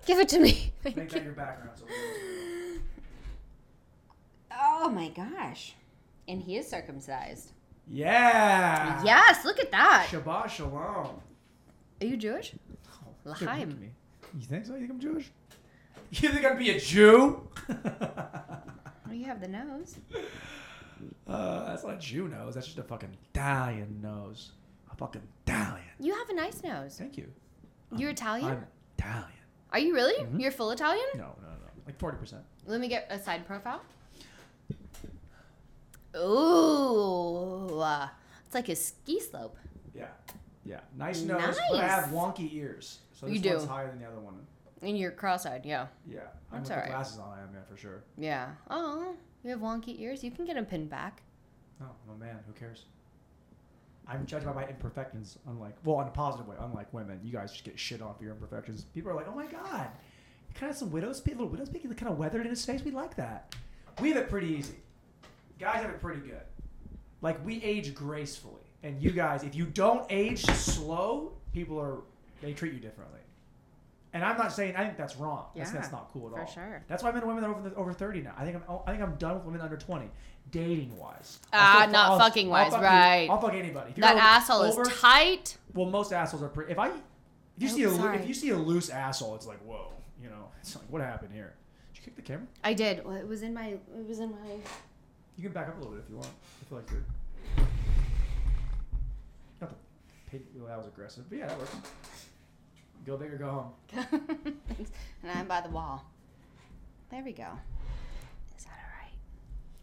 Speaker 2: Give it to me.
Speaker 1: Make that your background. So we know
Speaker 2: Oh my gosh. And he is circumcised.
Speaker 1: yeah.
Speaker 2: Yes, look at that.
Speaker 1: Shabbat shalom.
Speaker 2: Are you Jewish?
Speaker 1: Oh,
Speaker 2: L'chaim.
Speaker 1: shit, look at me. You think so? You think I'm Jewish? [laughs] You think I'd be a Jew? [laughs]
Speaker 2: Well, Oh, you have the nose.
Speaker 1: uh, that's not a Jew nose. That's just a fucking Italian nose. A fucking Italian.
Speaker 2: You have a nice nose.
Speaker 1: Thank you.
Speaker 2: You're Italian?
Speaker 1: I'm Italian.
Speaker 2: Are you really?
Speaker 1: Mhm.
Speaker 2: You're full Italian?
Speaker 1: No, no, no. Like forty percent.
Speaker 2: Let me get a side profile. Ooh. uh, It's like a ski slope.
Speaker 1: Yeah. Yeah. Nice nose, but I
Speaker 2: Nice.
Speaker 1: have wonky ears. So this
Speaker 2: You
Speaker 1: one's
Speaker 2: do.
Speaker 1: higher than the other one.
Speaker 2: And you're cross-eyed, yeah.
Speaker 1: Yeah.
Speaker 2: That's
Speaker 1: with the
Speaker 2: all right.
Speaker 1: glasses on, I am, yeah, for sure.
Speaker 2: Yeah. Oh, you have wonky ears. You can get them pinned back.
Speaker 1: No, Oh, I'm a man. Who cares? I'm judged by my imperfections, unlike, well, in a positive way, unlike women. You guys just get shit on for your imperfections. People are like, oh my God, you kind of some widow's peak, little widow's peak, kind of weathered in his face. We like that. We have it pretty easy. Guys have it pretty good. Like, we age gracefully. And you guys, if you don't age slow, people are, they treat you differently. And I'm not saying, I think that's wrong. That's,
Speaker 2: Yeah,
Speaker 1: that's not cool at
Speaker 2: for
Speaker 1: all.
Speaker 2: sure.
Speaker 1: That's why men and women are over, the, over 30 now. I think, I'm, I think I'm done with women under 20, dating wise.
Speaker 2: Ah, not fucking wise,
Speaker 1: fuck you.
Speaker 2: right.
Speaker 1: I'll fuck anybody. If you're
Speaker 2: That
Speaker 1: over-
Speaker 2: asshole
Speaker 1: over-
Speaker 2: is tight.
Speaker 1: Well, most assholes are pretty. If I, if you
Speaker 2: Oh,
Speaker 1: see a loo-
Speaker 2: sorry.
Speaker 1: if you see a loose asshole, it's like whoa, you know, it's like what happened here? Did you kick the camera?
Speaker 2: I did. Well, It was in my. It was in my. [laughs]
Speaker 1: You can back up a little bit if you want. I feel like you're. Not the pig. Well, that was aggressive, but yeah, that works. Go big or go home.
Speaker 2: and I'm by the wall. There we go. Is that all right?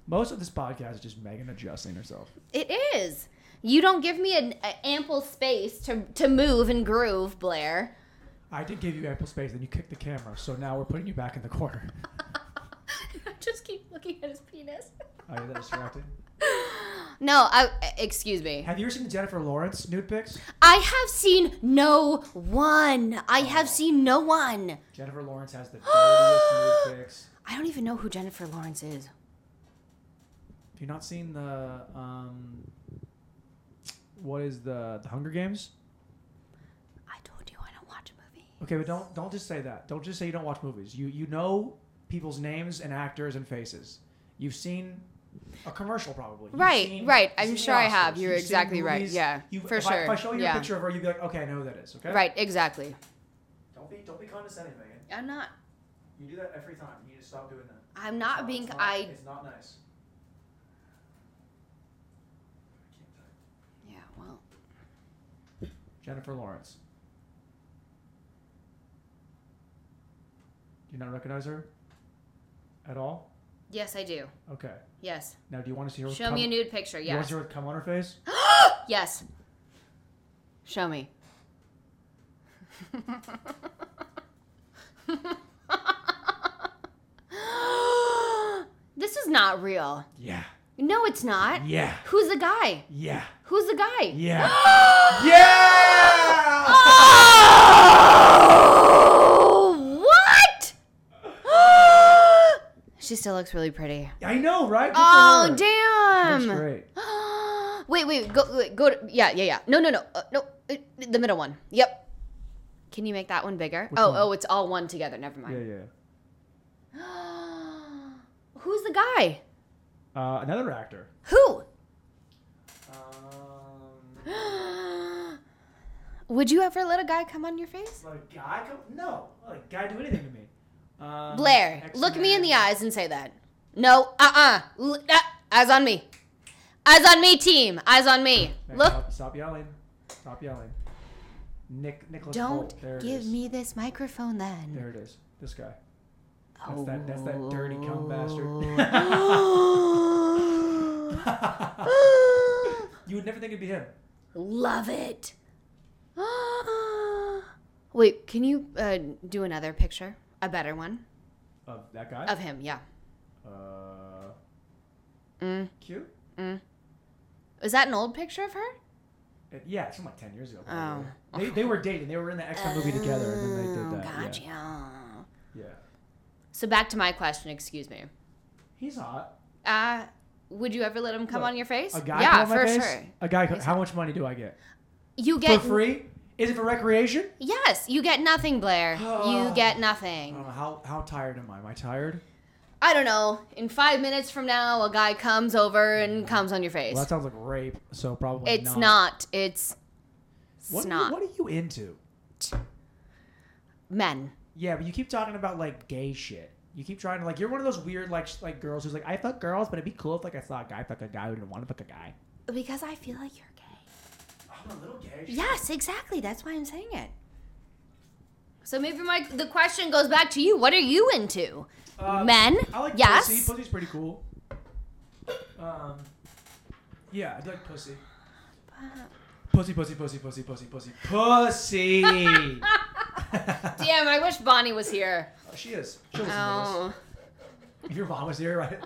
Speaker 1: Most of this podcast is just Megan adjusting herself.
Speaker 2: It is. You don't give me an a ample space to to move and groove, Blair.
Speaker 1: I did give you ample space, then you kicked the camera, so now we're putting you back in the corner.
Speaker 2: [laughs]
Speaker 1: [laughs]
Speaker 2: I just keep looking at his penis.
Speaker 1: Are you that distracted?
Speaker 2: [laughs] No, I excuse me.
Speaker 1: Have you ever seen the Jennifer Lawrence nude pics?
Speaker 2: I have seen no one. I have seen no one.
Speaker 1: Jennifer Lawrence has
Speaker 2: [gasps]
Speaker 1: the dirtiest nude pics.
Speaker 2: I don't even know who Jennifer Lawrence is.
Speaker 1: Have you not seen the um what is the the Hunger Games?
Speaker 2: I told you I don't watch movies.
Speaker 1: Okay, but don't don't just say that. Don't just say you don't watch movies. You you know people's names and actors and faces. You've seen a commercial probably. You've
Speaker 2: Right,
Speaker 1: seen-
Speaker 2: right.
Speaker 1: you've
Speaker 2: I'm
Speaker 1: seen
Speaker 2: sure
Speaker 1: the
Speaker 2: I have.
Speaker 1: Oscars.
Speaker 2: You're
Speaker 1: You've seen
Speaker 2: exactly right.
Speaker 1: movies.
Speaker 2: Yeah,
Speaker 1: You-
Speaker 2: for
Speaker 1: if I, if I
Speaker 2: sure.
Speaker 1: show you
Speaker 2: Yeah.
Speaker 1: a picture of her, you'd be like, okay, I know who that is. Okay.
Speaker 2: Right, exactly.
Speaker 1: Don't be don't be condescending, Megan.
Speaker 2: I'm not.
Speaker 1: You do that every time. You need to stop doing that.
Speaker 2: I'm not
Speaker 1: It's
Speaker 2: being.
Speaker 1: it's not-
Speaker 2: I.
Speaker 1: It's not nice.
Speaker 2: Yeah. Well.
Speaker 1: Jennifer Lawrence. Do you not recognize her? At all?
Speaker 2: Yes, I do.
Speaker 1: Okay.
Speaker 2: Yes.
Speaker 1: Now, do you want to see her? with
Speaker 2: Show
Speaker 1: cum-
Speaker 2: me a nude picture.
Speaker 1: You want
Speaker 2: Yes.
Speaker 1: to see her with cum on
Speaker 2: [gasps]
Speaker 1: her face?
Speaker 2: Yes. Show me. [laughs] this is not real.
Speaker 1: Yeah.
Speaker 2: No, it's not.
Speaker 1: Yeah.
Speaker 2: Who's the guy?
Speaker 1: Yeah.
Speaker 2: Who's the guy? [gasps]
Speaker 1: Yeah. [laughs] yeah.
Speaker 2: Oh! What? [gasps] she still looks really pretty.
Speaker 1: I know, right? Good for
Speaker 2: Oh,
Speaker 1: her.
Speaker 2: damn.
Speaker 1: Looks great.
Speaker 2: [gasps] wait, wait, go, wait, go to, yeah, yeah, yeah. No, no, no, uh, no, uh, the middle one. Yep. Can you make that one bigger?
Speaker 1: Which
Speaker 2: Oh,
Speaker 1: one?
Speaker 2: oh, it's all one together. Never
Speaker 1: Yeah,
Speaker 2: mind.
Speaker 1: yeah.
Speaker 2: [gasps] Who's the guy?
Speaker 1: Uh, another actor.
Speaker 2: Who? [gasps]
Speaker 1: Um,
Speaker 2: Would you ever let a guy come on your face?
Speaker 1: let a guy come? No. Let a guy do anything to me. Um,
Speaker 2: Blair, look me in the eyes and say that. No, uh-uh. L- uh, eyes on me. Eyes on me, team. Eyes on me. Look.
Speaker 1: Stop, stop yelling. Stop yelling. Nick Nicholas.
Speaker 2: Don't
Speaker 1: Holt. There it
Speaker 2: give
Speaker 1: is.
Speaker 2: me this microphone then.
Speaker 1: There it is.
Speaker 2: [laughs]
Speaker 1: This guy. That's that. That's that dirty cum bastard. you would never think it'd be him.
Speaker 2: [gasps] Love it. [gasps] Wait, can you uh, do another picture? A better one?
Speaker 1: Of that guy.
Speaker 2: Of him, yeah.
Speaker 1: Uh,
Speaker 2: Mm.
Speaker 1: cute.
Speaker 2: Is that an old picture of her?
Speaker 1: Uh, Yeah, it's from like ten years ago.
Speaker 2: Oh. Oh,
Speaker 1: probably. They, they were dating. They were in the X Men movie together, and then they did that.
Speaker 2: Mm,
Speaker 1: yeah.
Speaker 2: Gotcha.
Speaker 1: Yeah.
Speaker 2: So back to my question, excuse me.
Speaker 1: He's hot.
Speaker 2: Uh, would you ever let him come
Speaker 1: Look,
Speaker 2: on your face?
Speaker 1: A guy.
Speaker 2: yeah,
Speaker 1: come on
Speaker 2: for
Speaker 1: my face?
Speaker 2: sure.
Speaker 1: A guy. How much money do I get?
Speaker 2: You get
Speaker 1: For free? Is it for recreation?
Speaker 2: Yes, you get nothing, Blair.
Speaker 1: [gasps]
Speaker 2: you get
Speaker 1: I
Speaker 2: nothing.
Speaker 1: don't know. How how tired am I? Am I tired?
Speaker 2: I don't know. In five minutes from now, a guy comes over and comes on your face.
Speaker 1: Well, that sounds like rape. So probably
Speaker 2: it's not. It's
Speaker 1: What, are you-
Speaker 2: snot.
Speaker 1: what are you into?
Speaker 2: men.
Speaker 1: Yeah, but you keep talking about like gay shit. You keep trying to like you're one of those weird like sh- like girls who's like I fuck girls, but it'd be cool if like I saw a guy fuck a guy who didn't want to fuck a guy.
Speaker 2: Because I feel like you're gay.
Speaker 1: I'm a little gay.
Speaker 2: Yes, exactly. That's why I'm saying it. So maybe my the question goes back to you. What are you into?
Speaker 1: Uh,
Speaker 2: men?
Speaker 1: I like
Speaker 2: yes.
Speaker 1: pussy. [laughs] Pussy's pretty cool. Um, yeah, I do like pussy. Pussy, pussy, pussy, pussy, pussy, pussy, pussy.
Speaker 2: [laughs] Damn, I wish Bonnie was here.
Speaker 1: Oh, she is. She'll listen to
Speaker 2: Oh.
Speaker 1: this. If your mom was here, right?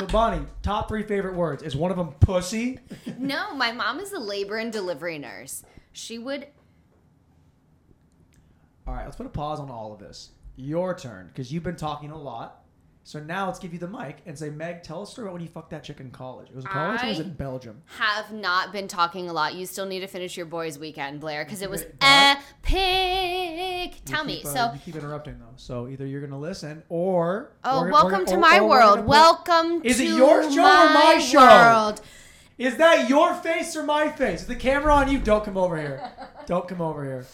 Speaker 1: So Bonnie, top three favorite words is one of them pussy.
Speaker 2: No, my mom is a labor and delivery nurse. She would
Speaker 1: All right, let's put a pause on all of this. Your turn, because you've been talking a lot. So now let's give you the mic and say, Meg, tell us a story about when you fucked that chick in college. It was in college. or It was
Speaker 2: I-
Speaker 1: in Belgium.
Speaker 2: have not been talking a lot. You still need to finish your boys' weekend, Blair, because it was
Speaker 1: Wait, what?
Speaker 2: epic.
Speaker 1: You
Speaker 2: Tell me.
Speaker 1: keep, uh,
Speaker 2: So
Speaker 1: you keep interrupting though. So either you're gonna listen or
Speaker 2: Oh,
Speaker 1: we're-
Speaker 2: welcome
Speaker 1: we're-
Speaker 2: to
Speaker 1: or-
Speaker 2: my
Speaker 1: or we're
Speaker 2: world.
Speaker 1: gonna put-
Speaker 2: welcome
Speaker 1: Is
Speaker 2: to
Speaker 1: it your show or
Speaker 2: my,
Speaker 1: my show?
Speaker 2: world.
Speaker 1: Is that your face or my face? Is the camera on you? Don't come over here. Don't come over here.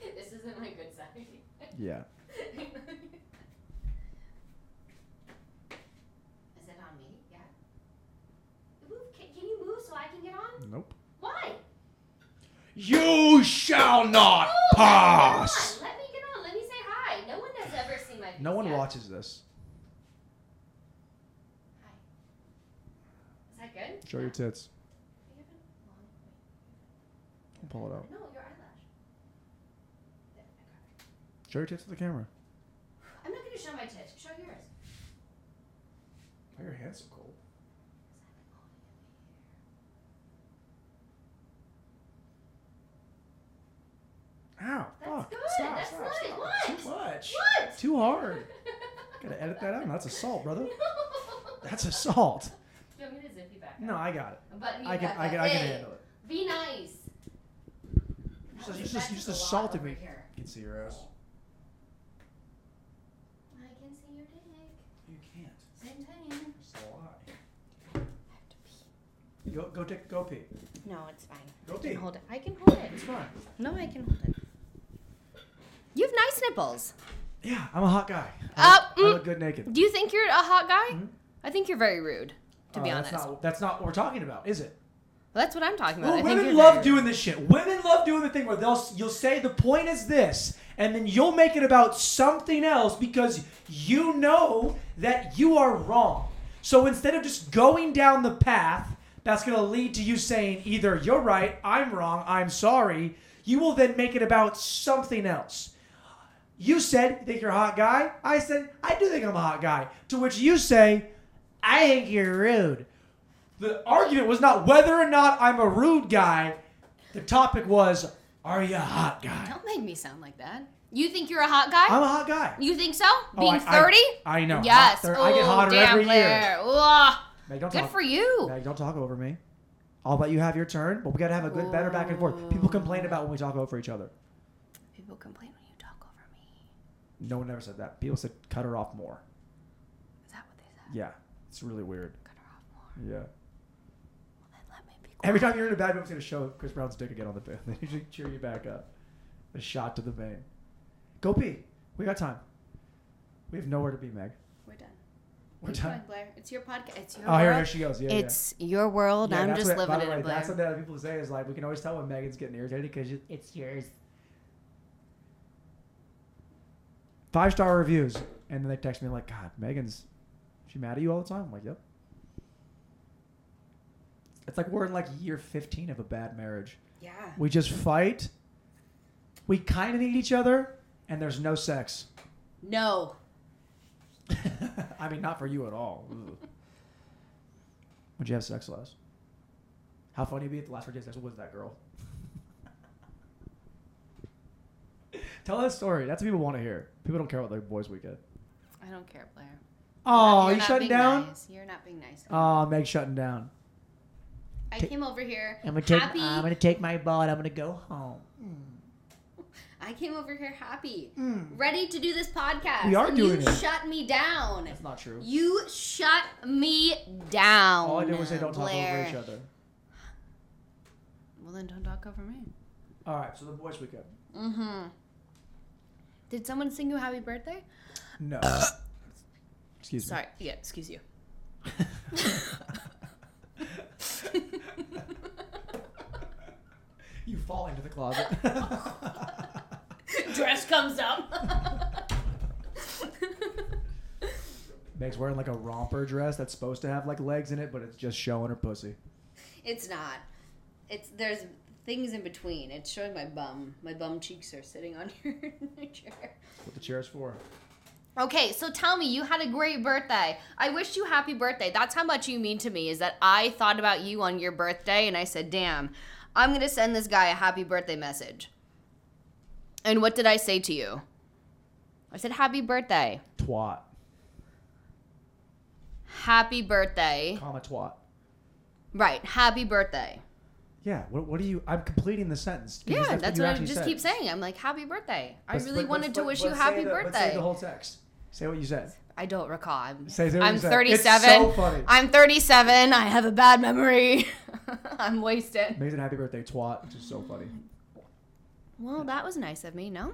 Speaker 3: this isn't my good side. [laughs]
Speaker 1: Yeah.
Speaker 2: Is it on me? Yeah. Move- Can, can you move so I can get on?
Speaker 1: Nope.
Speaker 2: Why?
Speaker 1: You shall not pass.
Speaker 2: [laughs] Come on, Oh, let me get on. Let me say hi. No one has ever seen my face
Speaker 1: No one
Speaker 2: yet.
Speaker 1: watches this.
Speaker 2: Is that good?
Speaker 1: Show your tits.
Speaker 2: You have a long-
Speaker 1: Pull it out.
Speaker 2: No, your eyelash. There, I got it.
Speaker 1: Show your tits to the camera.
Speaker 2: I'm not going to show my tits. Show yours.
Speaker 1: Why are your hands so cold? Ow.
Speaker 2: That's
Speaker 1: fuck.
Speaker 2: good,
Speaker 1: Stop,
Speaker 2: that's
Speaker 1: stop,
Speaker 2: good.
Speaker 1: stop.
Speaker 2: What?
Speaker 1: Too much.
Speaker 2: What?
Speaker 1: Too hard. Gotta edit that out. That's
Speaker 2: [laughs]
Speaker 1: assault, brother. That's assault.
Speaker 3: Do you want me to zip you back?
Speaker 1: No, I got it.
Speaker 2: Oh,
Speaker 3: Button you
Speaker 1: I can,
Speaker 3: back
Speaker 1: I can,
Speaker 3: up.
Speaker 1: I can
Speaker 3: Hey,
Speaker 1: handle it.
Speaker 3: Be nice.
Speaker 1: You just, you
Speaker 3: That's
Speaker 1: just, you just
Speaker 3: a lot
Speaker 1: assaulted
Speaker 3: over
Speaker 1: me.
Speaker 3: here.
Speaker 1: You can see your ass.
Speaker 3: I can see your dick.
Speaker 1: You can't.
Speaker 3: Same time.
Speaker 1: It's a lie. Go, go, take, go pee.
Speaker 2: No, it's fine.
Speaker 1: Go pee.
Speaker 2: Hold it. I can hold it.
Speaker 1: It's fine.
Speaker 2: No, I can hold it. You have nice nipples.
Speaker 1: Yeah, I'm a hot guy. I
Speaker 2: Up,
Speaker 1: look, I
Speaker 2: mm.
Speaker 1: look good naked.
Speaker 2: Do you think you're a hot guy?
Speaker 1: Mhm.
Speaker 2: I think you're very rude, to
Speaker 1: Uh,
Speaker 2: be
Speaker 1: that's
Speaker 2: honest.
Speaker 1: not, that's not what we're talking about, is it?
Speaker 2: Well, that's what I'm talking about.
Speaker 1: Well,
Speaker 2: I think
Speaker 1: women
Speaker 2: you're
Speaker 1: love
Speaker 2: very
Speaker 1: doing this shit. Women love doing the thing where they'll you'll say the point is this, and then you'll make it about something else because you know that you are wrong. So instead of just going down the path that's going to lead to you saying either you're right, I'm wrong, I'm sorry, you will then make it about something else. You said you think you're a hot guy. I said I do think I'm a hot guy. To which you say, I think you're rude. The argument was not whether or not I'm a rude guy. The topic was, are you a hot guy?
Speaker 2: Don't make me sound like that. You think you're a hot guy?
Speaker 1: I'm a hot guy.
Speaker 2: you think so?
Speaker 1: Oh,
Speaker 2: Being
Speaker 1: I- I-
Speaker 2: 30?
Speaker 1: I, know.
Speaker 2: Yes.
Speaker 1: Hot thir- I get
Speaker 2: Ooh,
Speaker 1: hotter
Speaker 2: damn,
Speaker 1: every year.
Speaker 2: Blair. Ugh.
Speaker 1: Meg, don't
Speaker 2: Good
Speaker 1: talk.
Speaker 2: for you.
Speaker 1: Meg, don't talk over me. I'll let you have your turn, but we gotta have a good, better back and forth. People complain about when we talk over each other.
Speaker 2: People complain when you talk over me.
Speaker 1: No one ever said that. People said cut her off more.
Speaker 2: Is that what they said?
Speaker 1: Yeah, it's really weird.
Speaker 2: Cut her off more.
Speaker 1: Yeah.
Speaker 2: Then let me be quiet.
Speaker 1: Every time you're in a bad mood, I'm gonna show Chris Brown's dick again on the bed. [laughs] They usually cheer you back up. A shot to the vein. Go pee. We got time. We have nowhere to be, Meg.
Speaker 2: We're done.
Speaker 1: We're done.
Speaker 2: Blair. It's your podcast. It's your
Speaker 1: Oh, here, here
Speaker 2: world.
Speaker 1: she goes. Yeah, yeah.
Speaker 2: It's your world.
Speaker 1: Yeah,
Speaker 2: I'm
Speaker 1: that's
Speaker 2: just
Speaker 1: what- by
Speaker 2: living
Speaker 1: the
Speaker 2: in
Speaker 1: way,
Speaker 2: it, Blair.
Speaker 1: That's something that people say is like we can always tell when Megan's getting irritated because
Speaker 4: It's yours.
Speaker 1: five star reviews, and then they text me like, "God, Megan's, she mad at you all the time." I'm like, "Yep." It's like we're in like year 15 of a bad marriage.
Speaker 2: Yeah.
Speaker 1: We just fight. We kind of need each other, and there's no sex. [laughs]
Speaker 2: No.
Speaker 1: I mean, not for you at all. Would you have sex last? How funny it'd be if the last virgin sex was that girl. [laughs] Tell that story. That's what people want to hear. People don't care about their boys' weekend.
Speaker 2: I don't care, Blair.
Speaker 1: Oh,
Speaker 2: You're
Speaker 1: you
Speaker 2: not
Speaker 1: shutting
Speaker 2: being
Speaker 1: down?
Speaker 2: Nice. You're not being nice.
Speaker 1: Oh, Meg shutting down.
Speaker 2: I
Speaker 1: take-
Speaker 2: came over here
Speaker 4: I'm gonna take.
Speaker 2: happy.
Speaker 4: I'm gonna take my ball and I'm gonna go home.
Speaker 2: I came over here happy, ready to do this podcast.
Speaker 1: Hmm. We are
Speaker 2: and
Speaker 1: doing
Speaker 2: you
Speaker 1: it.
Speaker 2: Shut me down.
Speaker 1: That's not true.
Speaker 2: You shut me down.
Speaker 1: All I did was say don't talk
Speaker 2: Blair.
Speaker 1: over each other.
Speaker 2: Well, then don't talk over me.
Speaker 1: All right, so the boys' weekend.
Speaker 2: Mm-hmm. Did someone sing you happy birthday?
Speaker 1: No. Excuse me.
Speaker 2: Sorry. Yeah, excuse you.
Speaker 1: [laughs]
Speaker 2: [laughs]
Speaker 1: You fall into the closet. [laughs]
Speaker 2: Dress comes up. [laughs]
Speaker 1: Meg's wearing like a romper dress that's supposed to have like legs in it, but it's just showing her pussy.
Speaker 2: it's not. It's there's things in between. It's showing my bum. My bum cheeks are sitting on [laughs] your chair.
Speaker 1: That's what the chair's for.
Speaker 2: Okay, so tell me, you had a great birthday. I wish you happy birthday. That's how much you mean to me, is that I thought about you on your birthday and I said, damn, I'm going to send this guy a happy birthday message. And what did I say to you? I said, happy birthday.
Speaker 1: Twat.
Speaker 2: Happy birthday.
Speaker 1: Comma twat.
Speaker 2: Right, happy birthday.
Speaker 1: Yeah, what, what do you. I'm completing the sentence. because
Speaker 2: Yeah,
Speaker 1: what
Speaker 2: that's
Speaker 1: you
Speaker 2: what I
Speaker 1: actually
Speaker 2: just
Speaker 1: said.
Speaker 2: keep saying. I'm like, happy birthday. I
Speaker 1: But-
Speaker 2: really
Speaker 1: but-
Speaker 2: wanted
Speaker 1: but-
Speaker 2: to wish
Speaker 1: but
Speaker 2: you
Speaker 1: say
Speaker 2: happy
Speaker 1: the- but say
Speaker 2: birthday.
Speaker 1: the whole text. Say what you said.
Speaker 2: I don't recall. I'm,
Speaker 1: Say- say what
Speaker 2: I'm
Speaker 1: you said.
Speaker 2: 37.
Speaker 1: It's so funny.
Speaker 2: I'm 37. I have a bad memory. [laughs] I'm wasted.
Speaker 1: Meg's an happy birthday twat, which is so funny.
Speaker 2: Well, that was nice of me, no?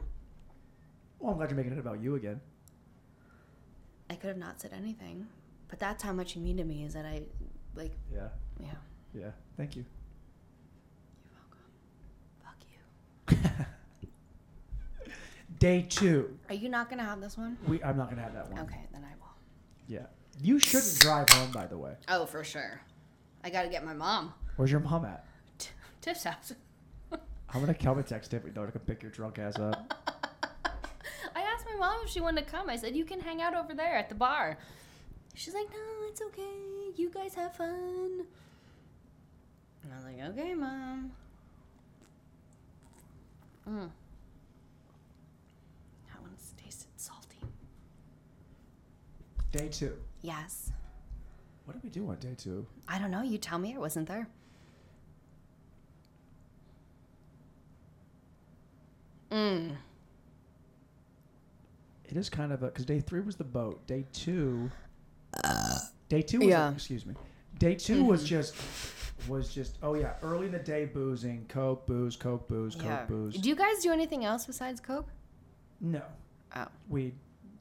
Speaker 1: Well, I'm glad you're making it about you again.
Speaker 2: I could have not said anything. But that's how much you mean to me is that I, like,
Speaker 1: Yeah,
Speaker 2: yeah.
Speaker 1: yeah. Thank you.
Speaker 2: Fuck you.
Speaker 1: [laughs] Day two.
Speaker 2: Are you not going to have this one?
Speaker 1: We, I'm not going to have that one.
Speaker 2: Okay, then I will.
Speaker 1: Yeah. You shouldn't drive home, by the way.
Speaker 2: Oh, for sure. I got to get my mom.
Speaker 1: Where's your mom at?
Speaker 2: T- Tiff's house.
Speaker 1: I'm going to come and text Tiffany though to come pick your drunk ass up.
Speaker 2: I asked my mom if she wanted to come. I said, you can hang out over there at the bar. She's like, no, it's okay. You guys have fun. And I was like, okay, mom. Mm. That one's tasted salty.
Speaker 1: Day two.
Speaker 2: Yes.
Speaker 1: What did we do on day two?
Speaker 2: I don't know. You tell me. I wasn't there. Mm.
Speaker 1: It is kind of a because day three was the boat. Day two. day two. Was
Speaker 2: Yeah.
Speaker 1: excuse me. Day 2 was just was just oh yeah early in the day boozing coke booze coke booze coke booze
Speaker 2: Do you guys do anything else besides Coke?
Speaker 1: no
Speaker 2: Oh.
Speaker 1: weed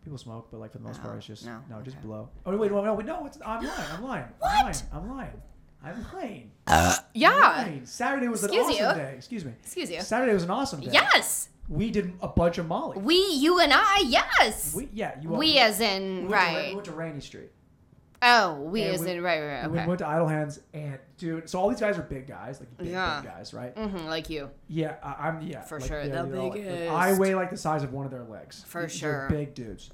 Speaker 1: People smoke, but like for the most
Speaker 2: No,
Speaker 1: part, it's just no,
Speaker 2: no,
Speaker 1: just
Speaker 2: okay.
Speaker 1: blow. Oh wait, no, no, wait, no, it's I'm lying, I'm lying,
Speaker 2: What?
Speaker 1: I'm lying, I'm lying, I'm lying. I'm
Speaker 2: Yeah.
Speaker 1: lying. Saturday was
Speaker 2: Excuse
Speaker 1: an awesome
Speaker 2: you.
Speaker 1: day. Excuse me.
Speaker 2: Excuse you.
Speaker 1: Saturday was an awesome day.
Speaker 2: Yes.
Speaker 1: We did a bunch of Molly.
Speaker 2: We, you, and I. Yes. We,
Speaker 1: We, yeah, you all-
Speaker 2: as
Speaker 1: we
Speaker 2: in
Speaker 1: went to Ra-
Speaker 2: right.
Speaker 1: we went to Rainy Street.
Speaker 2: oh, we
Speaker 1: and
Speaker 2: as
Speaker 1: we-
Speaker 2: in right, right,
Speaker 1: We
Speaker 2: right. Okay.
Speaker 1: went to Idle Hands and dude, so all these guys are big guys, like big,
Speaker 2: Yeah.
Speaker 1: big guys, right?
Speaker 2: Mm-hmm, like you.
Speaker 1: Yeah, I, I'm yeah
Speaker 2: For
Speaker 1: like,
Speaker 2: sure,
Speaker 1: they're-
Speaker 2: the
Speaker 1: they're all, like- like, I
Speaker 2: biggest.
Speaker 1: weigh like the size of one of their legs.
Speaker 2: For
Speaker 1: They're
Speaker 2: sure.
Speaker 1: big dudes.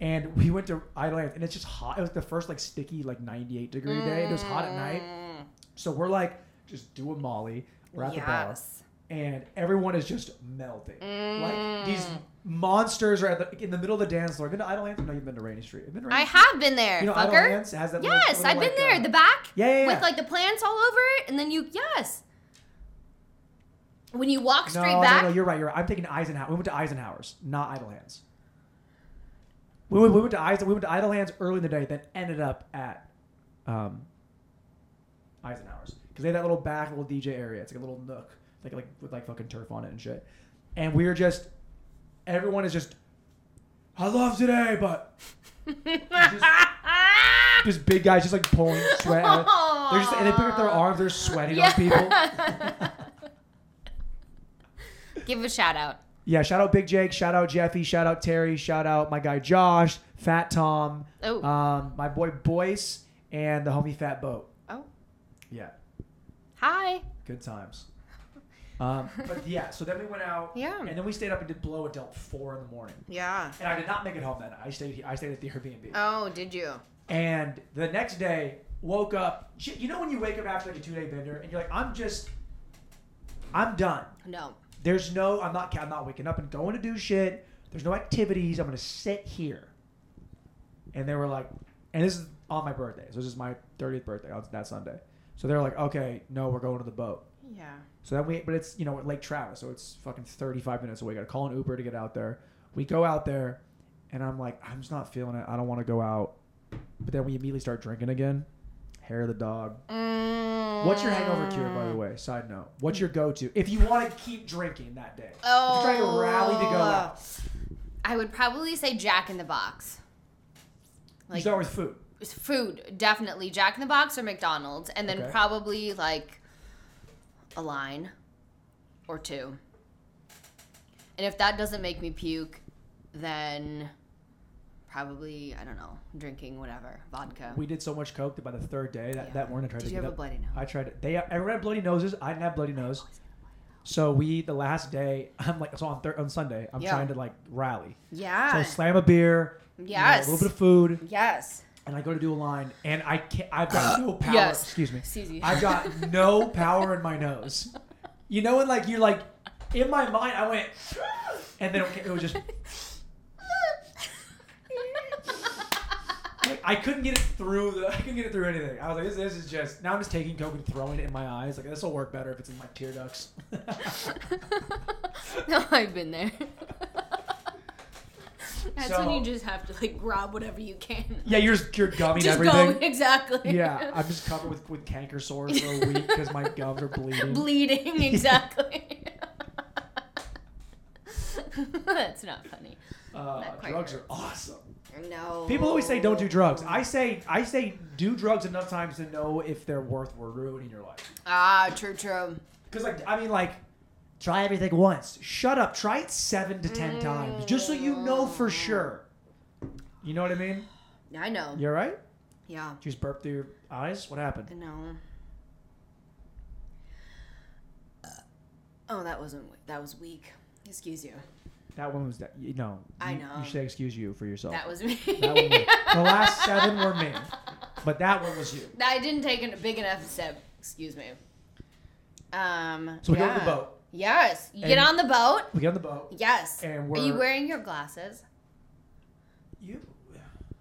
Speaker 1: And we went to Idle Hands, and it's just hot. It was the first like sticky like 98 degree day. and It was hot at night,
Speaker 2: Mm,
Speaker 1: so we're like just doing Molly. We're at the bar,
Speaker 2: yes.
Speaker 1: and everyone is just melting. Like these
Speaker 2: Mm.
Speaker 1: monsters are at the, in the middle of the dance floor. I've been to Idle Hands. I know you've been to Rainy Street. I've been to Rainy
Speaker 2: I
Speaker 1: Street.
Speaker 2: have been there,
Speaker 1: You know, Idle
Speaker 2: fucker.
Speaker 1: Hands has that. little-
Speaker 2: Yes,
Speaker 1: little,
Speaker 2: I've been
Speaker 1: like,
Speaker 2: there.
Speaker 1: uh,
Speaker 2: the back.
Speaker 1: Yeah, yeah, yeah.
Speaker 2: With like the plants all over it, and then you yes. When you walk
Speaker 1: no,
Speaker 2: straight
Speaker 1: no,
Speaker 2: back, [laughs]
Speaker 1: No, you're right. You're right. I'm thinking Eisenhower. We went to Eisenhower's, not Idle Hands. We went, we went to Eisen, we went to Idle Hands early in the day, then ended up at um, Eisenhower's because they had that little back little DJ area. It's like a little nook, like like with like fucking turf on it and shit. And we were just everyone is just I love today, but just, just big guys just like pulling sweat. out. They're just and they pick up their arms,
Speaker 2: [laughs]
Speaker 1: they're sweating on people.
Speaker 2: give a shout out.
Speaker 1: Yeah, shout out Big Jake, shout out Jeffy, shout out Terry, shout out my guy Josh, Fat Tom,
Speaker 2: Oh.
Speaker 1: um, my boy Boyce, and the homie Fat Boat.
Speaker 2: Oh,
Speaker 1: Yeah,
Speaker 2: hi.
Speaker 1: good times. Um, but yeah, so then we went out,
Speaker 2: Yeah.
Speaker 1: and then we stayed up and did blow until four in the morning.
Speaker 2: Yeah.
Speaker 1: And I did not make it home that night. I stayed. here- I stayed at the Airbnb.
Speaker 2: Oh, did you?
Speaker 1: And the next day, woke up. shit, You know when you wake up after like a two day bender, and you're like, I'm just, I'm done.
Speaker 2: No.
Speaker 1: There's no, I'm not, I'm not waking up and going to do shit. There's no activities. I'm gonna sit here. And they were like, and this is on my birthday. So this is my 30th birthday on that Sunday. So they're like, okay, no, we're going to the boat.
Speaker 2: Yeah.
Speaker 1: So then we, but it's you know at Lake Travis, so it's fucking 35 minutes away. Got to call an Uber to get out there. We go out there, and I'm like, I'm just not feeling it. I don't want to go out. But then we immediately start drinking again. Hair of the dog.
Speaker 2: Mm.
Speaker 1: What's your hangover cure, by the way? Side note. What's your go-to if you want to keep drinking that day?
Speaker 2: Oh.
Speaker 1: If you're trying to rally to go out.
Speaker 2: I would probably say Jack in the Box.
Speaker 1: you
Speaker 2: Like
Speaker 1: start with food.
Speaker 2: food, definitely Jack in the Box or McDonald's, and then
Speaker 1: Okay.
Speaker 2: probably like a line or two. And if that doesn't make me puke, then probably I don't know, drinking whatever vodka.
Speaker 1: We did so much coke that by the third day, that,
Speaker 2: Yeah.
Speaker 1: that morning I tried
Speaker 2: Did
Speaker 1: to
Speaker 2: you
Speaker 1: get
Speaker 2: have a
Speaker 1: up.
Speaker 2: bloody nose?
Speaker 1: I tried. To, they everyone had bloody noses. I didn't have bloody nose. So we the last day. [laughs] I'm like so on thir- on Sunday. I'm
Speaker 2: Yeah.
Speaker 1: trying to like rally. So I
Speaker 2: yeah.
Speaker 1: slam a beer. you know,
Speaker 2: Yes.
Speaker 1: a little bit of food,
Speaker 2: yes.
Speaker 1: and I go to do a line, and I can't. I've got
Speaker 2: [coughs]
Speaker 1: no power.
Speaker 2: Yes.
Speaker 1: Excuse me.
Speaker 2: Excuse me. [laughs]
Speaker 1: I've got no power in my nose. You know, when like you're like, in my mind, I went, and then it was just like, I couldn't get it through. The, [laughs] I couldn't get it through anything. I was like, this, this is just now. I'm just taking coke and throwing it in my eyes. Like this will work better if it's in my tear ducts.
Speaker 2: [laughs]
Speaker 1: [laughs]
Speaker 2: no, I've been there. That's when
Speaker 1: So-
Speaker 2: you just have to like grab whatever you can.
Speaker 1: yeah, you're just you're gumming
Speaker 2: Just
Speaker 1: everything.
Speaker 2: go exactly.
Speaker 1: Yeah, I'm just covered with, with canker sores for a
Speaker 2: [laughs]
Speaker 1: week because my gums are bleeding. [laughs]
Speaker 2: bleeding exactly that's not funny
Speaker 1: uh,
Speaker 2: That quite
Speaker 1: drugs are
Speaker 2: hurts.
Speaker 1: awesome.
Speaker 2: no
Speaker 1: People always say don't do drugs. I say I say do drugs enough times to know if they're worth ruining your life.
Speaker 2: ah true true
Speaker 1: Because like I mean like try everything once. Shut up. Try it seven to ten times just so you know for
Speaker 2: Mm.
Speaker 1: sure. You know what I mean?
Speaker 2: i know
Speaker 1: You all right?
Speaker 2: yeah
Speaker 1: Did you just burp through your eyes? What happened?
Speaker 2: i know Uh, oh that wasn't that was weak excuse you
Speaker 1: That one was that. You know.
Speaker 2: I
Speaker 1: you-
Speaker 2: know.
Speaker 1: You should excuse you for yourself.
Speaker 2: that was me
Speaker 1: That one was- the last seven were me, but that one was you.
Speaker 2: i didn't take a big enough step excuse me um
Speaker 1: So we go
Speaker 2: yeah.
Speaker 1: on the boat.
Speaker 2: yes you get
Speaker 1: And-
Speaker 2: on the boat
Speaker 1: We get on the boat.
Speaker 2: yes
Speaker 1: And
Speaker 2: are you
Speaker 1: we're-
Speaker 2: wearing your glasses
Speaker 1: You.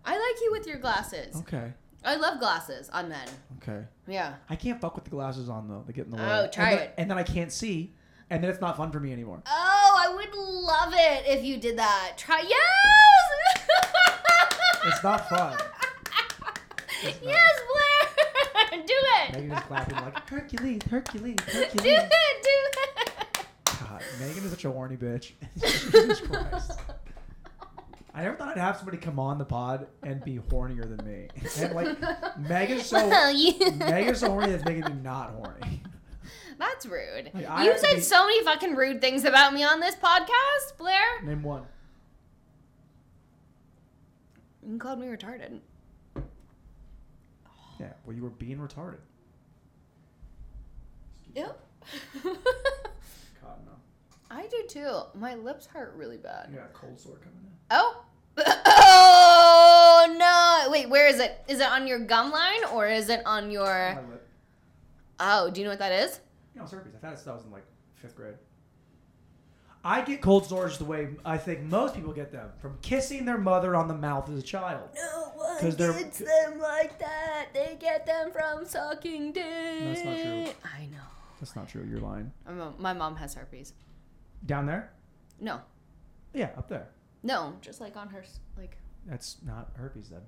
Speaker 2: i like you with your glasses
Speaker 1: Okay.
Speaker 2: I love glasses on men.
Speaker 1: Okay.
Speaker 2: Yeah.
Speaker 1: I can't fuck with the glasses on though. They get in the way.
Speaker 2: Oh, try
Speaker 1: and then,
Speaker 2: it.
Speaker 1: And then I can't see, and then it's not fun for me anymore.
Speaker 2: Oh, I would love it if you did that. Try yes. [laughs]
Speaker 1: It's not fun. It's not.
Speaker 2: Yes, Blair. [laughs] do it.
Speaker 1: Megan is clapping like Hercules, Hercules,
Speaker 2: [laughs] Do
Speaker 1: Hercules.
Speaker 2: it. Do it.
Speaker 1: [laughs]
Speaker 2: [laughs]
Speaker 1: God, Megan is such a horny bitch. Jesus Christ. I never thought I'd have somebody come on the pod and be hornier than me. And like Megan's so
Speaker 2: Well, you-
Speaker 1: Megan's so horny that's making me not horny.
Speaker 2: [laughs] That's rude.
Speaker 1: Like, I
Speaker 2: you
Speaker 1: have to
Speaker 2: said
Speaker 1: be-
Speaker 2: so many fucking rude things about me on this podcast, Blair.
Speaker 1: Name one.
Speaker 2: You called me retarded.
Speaker 1: Yeah, well you were being retarded.
Speaker 2: Yep. [laughs]
Speaker 1: God no.
Speaker 2: I do too. My lips hurt really
Speaker 1: I
Speaker 2: bad.
Speaker 1: got a cold sore coming in.
Speaker 2: Oh. [laughs] Oh no! Wait, where is it? Is it on your gum line or is it on your?
Speaker 1: My lip.
Speaker 2: Oh, do you know what that is?
Speaker 1: You know, herpes. I've had it since I was in like fifth grade. I get cold sores the way I think most people get them from kissing their mother on the mouth as a child.
Speaker 2: No one
Speaker 1: 'Cause they're-
Speaker 2: gets them like that. They get them from sucking dick.
Speaker 1: that's not true.
Speaker 2: I know.
Speaker 1: That's not true. You're lying.
Speaker 2: My mom, my mom has herpes.
Speaker 1: Down there?
Speaker 2: No,
Speaker 1: Yeah, up there.
Speaker 2: no, just like on her, s- like
Speaker 1: That's not herpes then.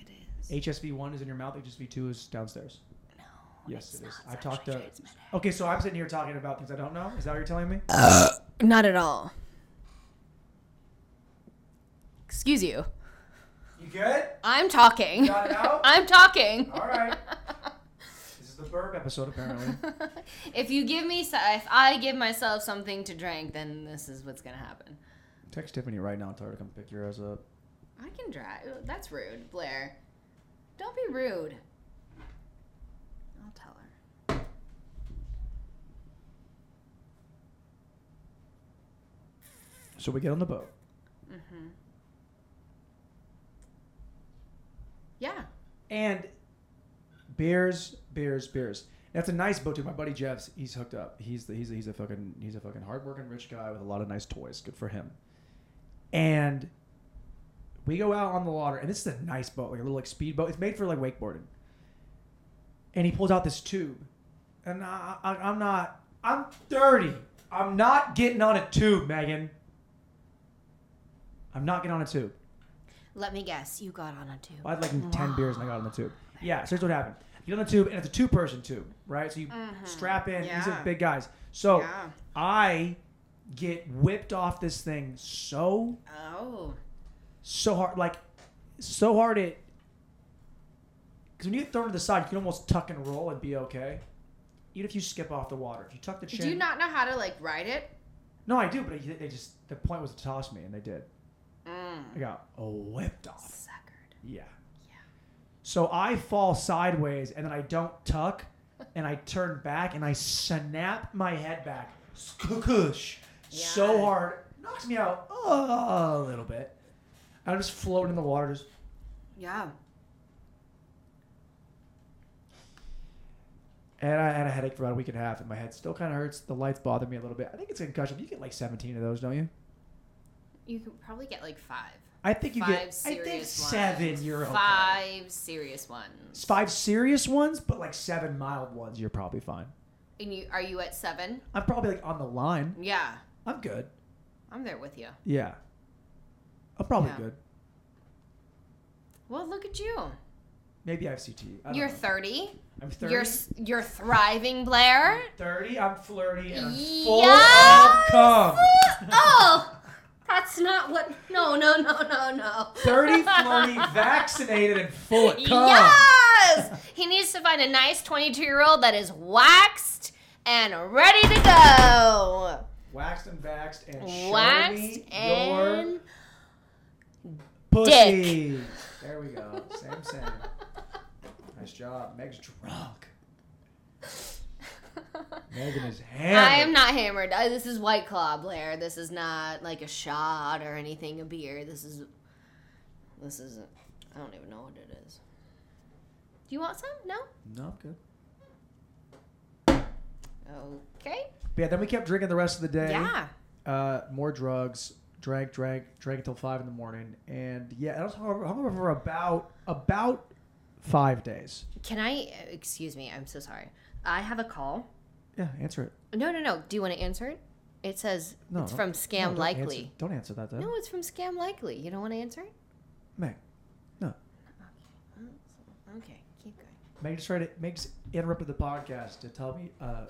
Speaker 2: it is.
Speaker 1: HSV one is in your mouth. HSV two is downstairs.
Speaker 2: No.
Speaker 1: Yes,
Speaker 2: it's
Speaker 1: it is.
Speaker 2: not
Speaker 1: I talked
Speaker 2: sexually
Speaker 1: to.
Speaker 2: transmitted.
Speaker 1: Okay, so I'm sitting here talking about things I don't know. Is that what you're telling me?
Speaker 2: Not at all. Excuse you.
Speaker 1: You good?
Speaker 2: I'm talking.
Speaker 1: Got it out?
Speaker 2: [laughs] I'm talking.
Speaker 1: All
Speaker 2: [laughs]
Speaker 1: right. This is the burp episode, apparently.
Speaker 2: if you give me, so- if I give myself something to drink, then this is what's gonna happen.
Speaker 1: Text Tiffany right now and tell her to come pick your ass up.
Speaker 2: I can drive. That's rude, Blair. Don't be rude. I'll tell her.
Speaker 1: So we get on the boat.
Speaker 2: Mm-hmm. Yeah.
Speaker 1: And beers, beers, beers. That's a nice boat too. My buddy Jeff's, he's hooked up. He's the, he's a, he's a fucking he's a fucking hardworking rich guy with a lot of nice toys. Good for him. And we go out on the water, and this is a nice boat, like a little like speedboat. It's made for like wakeboarding. And he pulls out this tube, and I, I, I'm not. I'm 30. I'm not getting on a tube, Megan. I'm not getting on a tube.
Speaker 2: Let me guess. You got on a tube.
Speaker 1: I had like 10 beers and I got on the tube. Yeah, so here's what happened. You get on the tube, and it's a two person tube, right? So you strap in, these are
Speaker 2: Mm-hmm. Yeah.
Speaker 1: big guys. So
Speaker 2: Yeah.
Speaker 1: I get whipped off this thing so,
Speaker 2: Oh.
Speaker 1: so hard. Like, so hard it. Because when you get thrown to the side, you can almost tuck and roll and be okay. Even if you skip off the water, if you tuck the chin.
Speaker 2: Do you not know how to like ride it?
Speaker 1: no, I do, but I- they just. The point was to toss me, and they did.
Speaker 2: Mm.
Speaker 1: I got whipped off.
Speaker 2: Suckered.
Speaker 1: Yeah. So I fall sideways and then I don't tuck and I turn back and I snap my head back. Skukush. So
Speaker 2: Yeah.
Speaker 1: hard. Knocks me out a little bit. I'm just floating in the water. Just,
Speaker 2: Yeah.
Speaker 1: and I had a headache for about a week and a half and my head still kind of hurts. The lights bother me a little bit. I think it's a concussion. You get like 17 of those, don't you?
Speaker 2: You could probably get like five.
Speaker 1: I think you
Speaker 2: five
Speaker 1: get. I
Speaker 2: serious
Speaker 1: think
Speaker 2: ones.
Speaker 1: seven. You're okay.
Speaker 2: Five serious ones.
Speaker 1: Five serious ones, but like seven mild ones, you're probably fine.
Speaker 2: And you are you at seven?
Speaker 1: I'm probably like on the line.
Speaker 2: Yeah.
Speaker 1: I'm good.
Speaker 2: I'm there with you.
Speaker 1: Yeah. I'm probably
Speaker 2: Yeah.
Speaker 1: good.
Speaker 2: Well, look at you.
Speaker 1: Maybe I have CTE. I don't
Speaker 2: You're
Speaker 1: know.
Speaker 2: 30.
Speaker 1: I'm 30.
Speaker 2: You're s- you're thriving, Blair.
Speaker 1: 30. I'm flirty and I'm full
Speaker 2: Yes!
Speaker 1: of cum. [laughs]
Speaker 2: oh, that's not what. No, no, no, no, no. [laughs]
Speaker 1: 30, flirty, vaccinated, and full of cum.
Speaker 2: Yes! he needs to find a nice 22 year old that is waxed and ready to go.
Speaker 1: Waxed and vaxxed and show
Speaker 2: Waxed
Speaker 1: me your
Speaker 2: and.
Speaker 1: pussy. There we go. Same, same. Nice job. Meg's drunk.
Speaker 2: [laughs]
Speaker 1: Megan is hammered.
Speaker 2: I am not hammered. I, this is White Claw, Blair. This is not like a shot or anything, a beer. This is. This is. I don't even know what it is. Do you want some? No?
Speaker 1: No, I'm good.
Speaker 2: Okay.
Speaker 1: But yeah, then we kept drinking the rest of the day.
Speaker 2: Yeah.
Speaker 1: uh, more drugs, drank, drank, drank until five in the morning, and yeah, I was hungover, hungover for about about five days.
Speaker 2: Can I. Excuse me. I'm so sorry. I have a call.
Speaker 1: Yeah, answer it.
Speaker 2: No, no, no. Do you want to answer it? It says
Speaker 1: No,
Speaker 2: it's
Speaker 1: Oh. no,
Speaker 2: from Scam
Speaker 1: No, don't answer-
Speaker 2: Likely.
Speaker 1: don't answer that then,
Speaker 2: No, it's from Scam Likely. You don't want to answer it?
Speaker 1: Meg. No,
Speaker 2: Okay, keep going.
Speaker 1: Meg just tried to Meg just interrupted the podcast to tell me uh,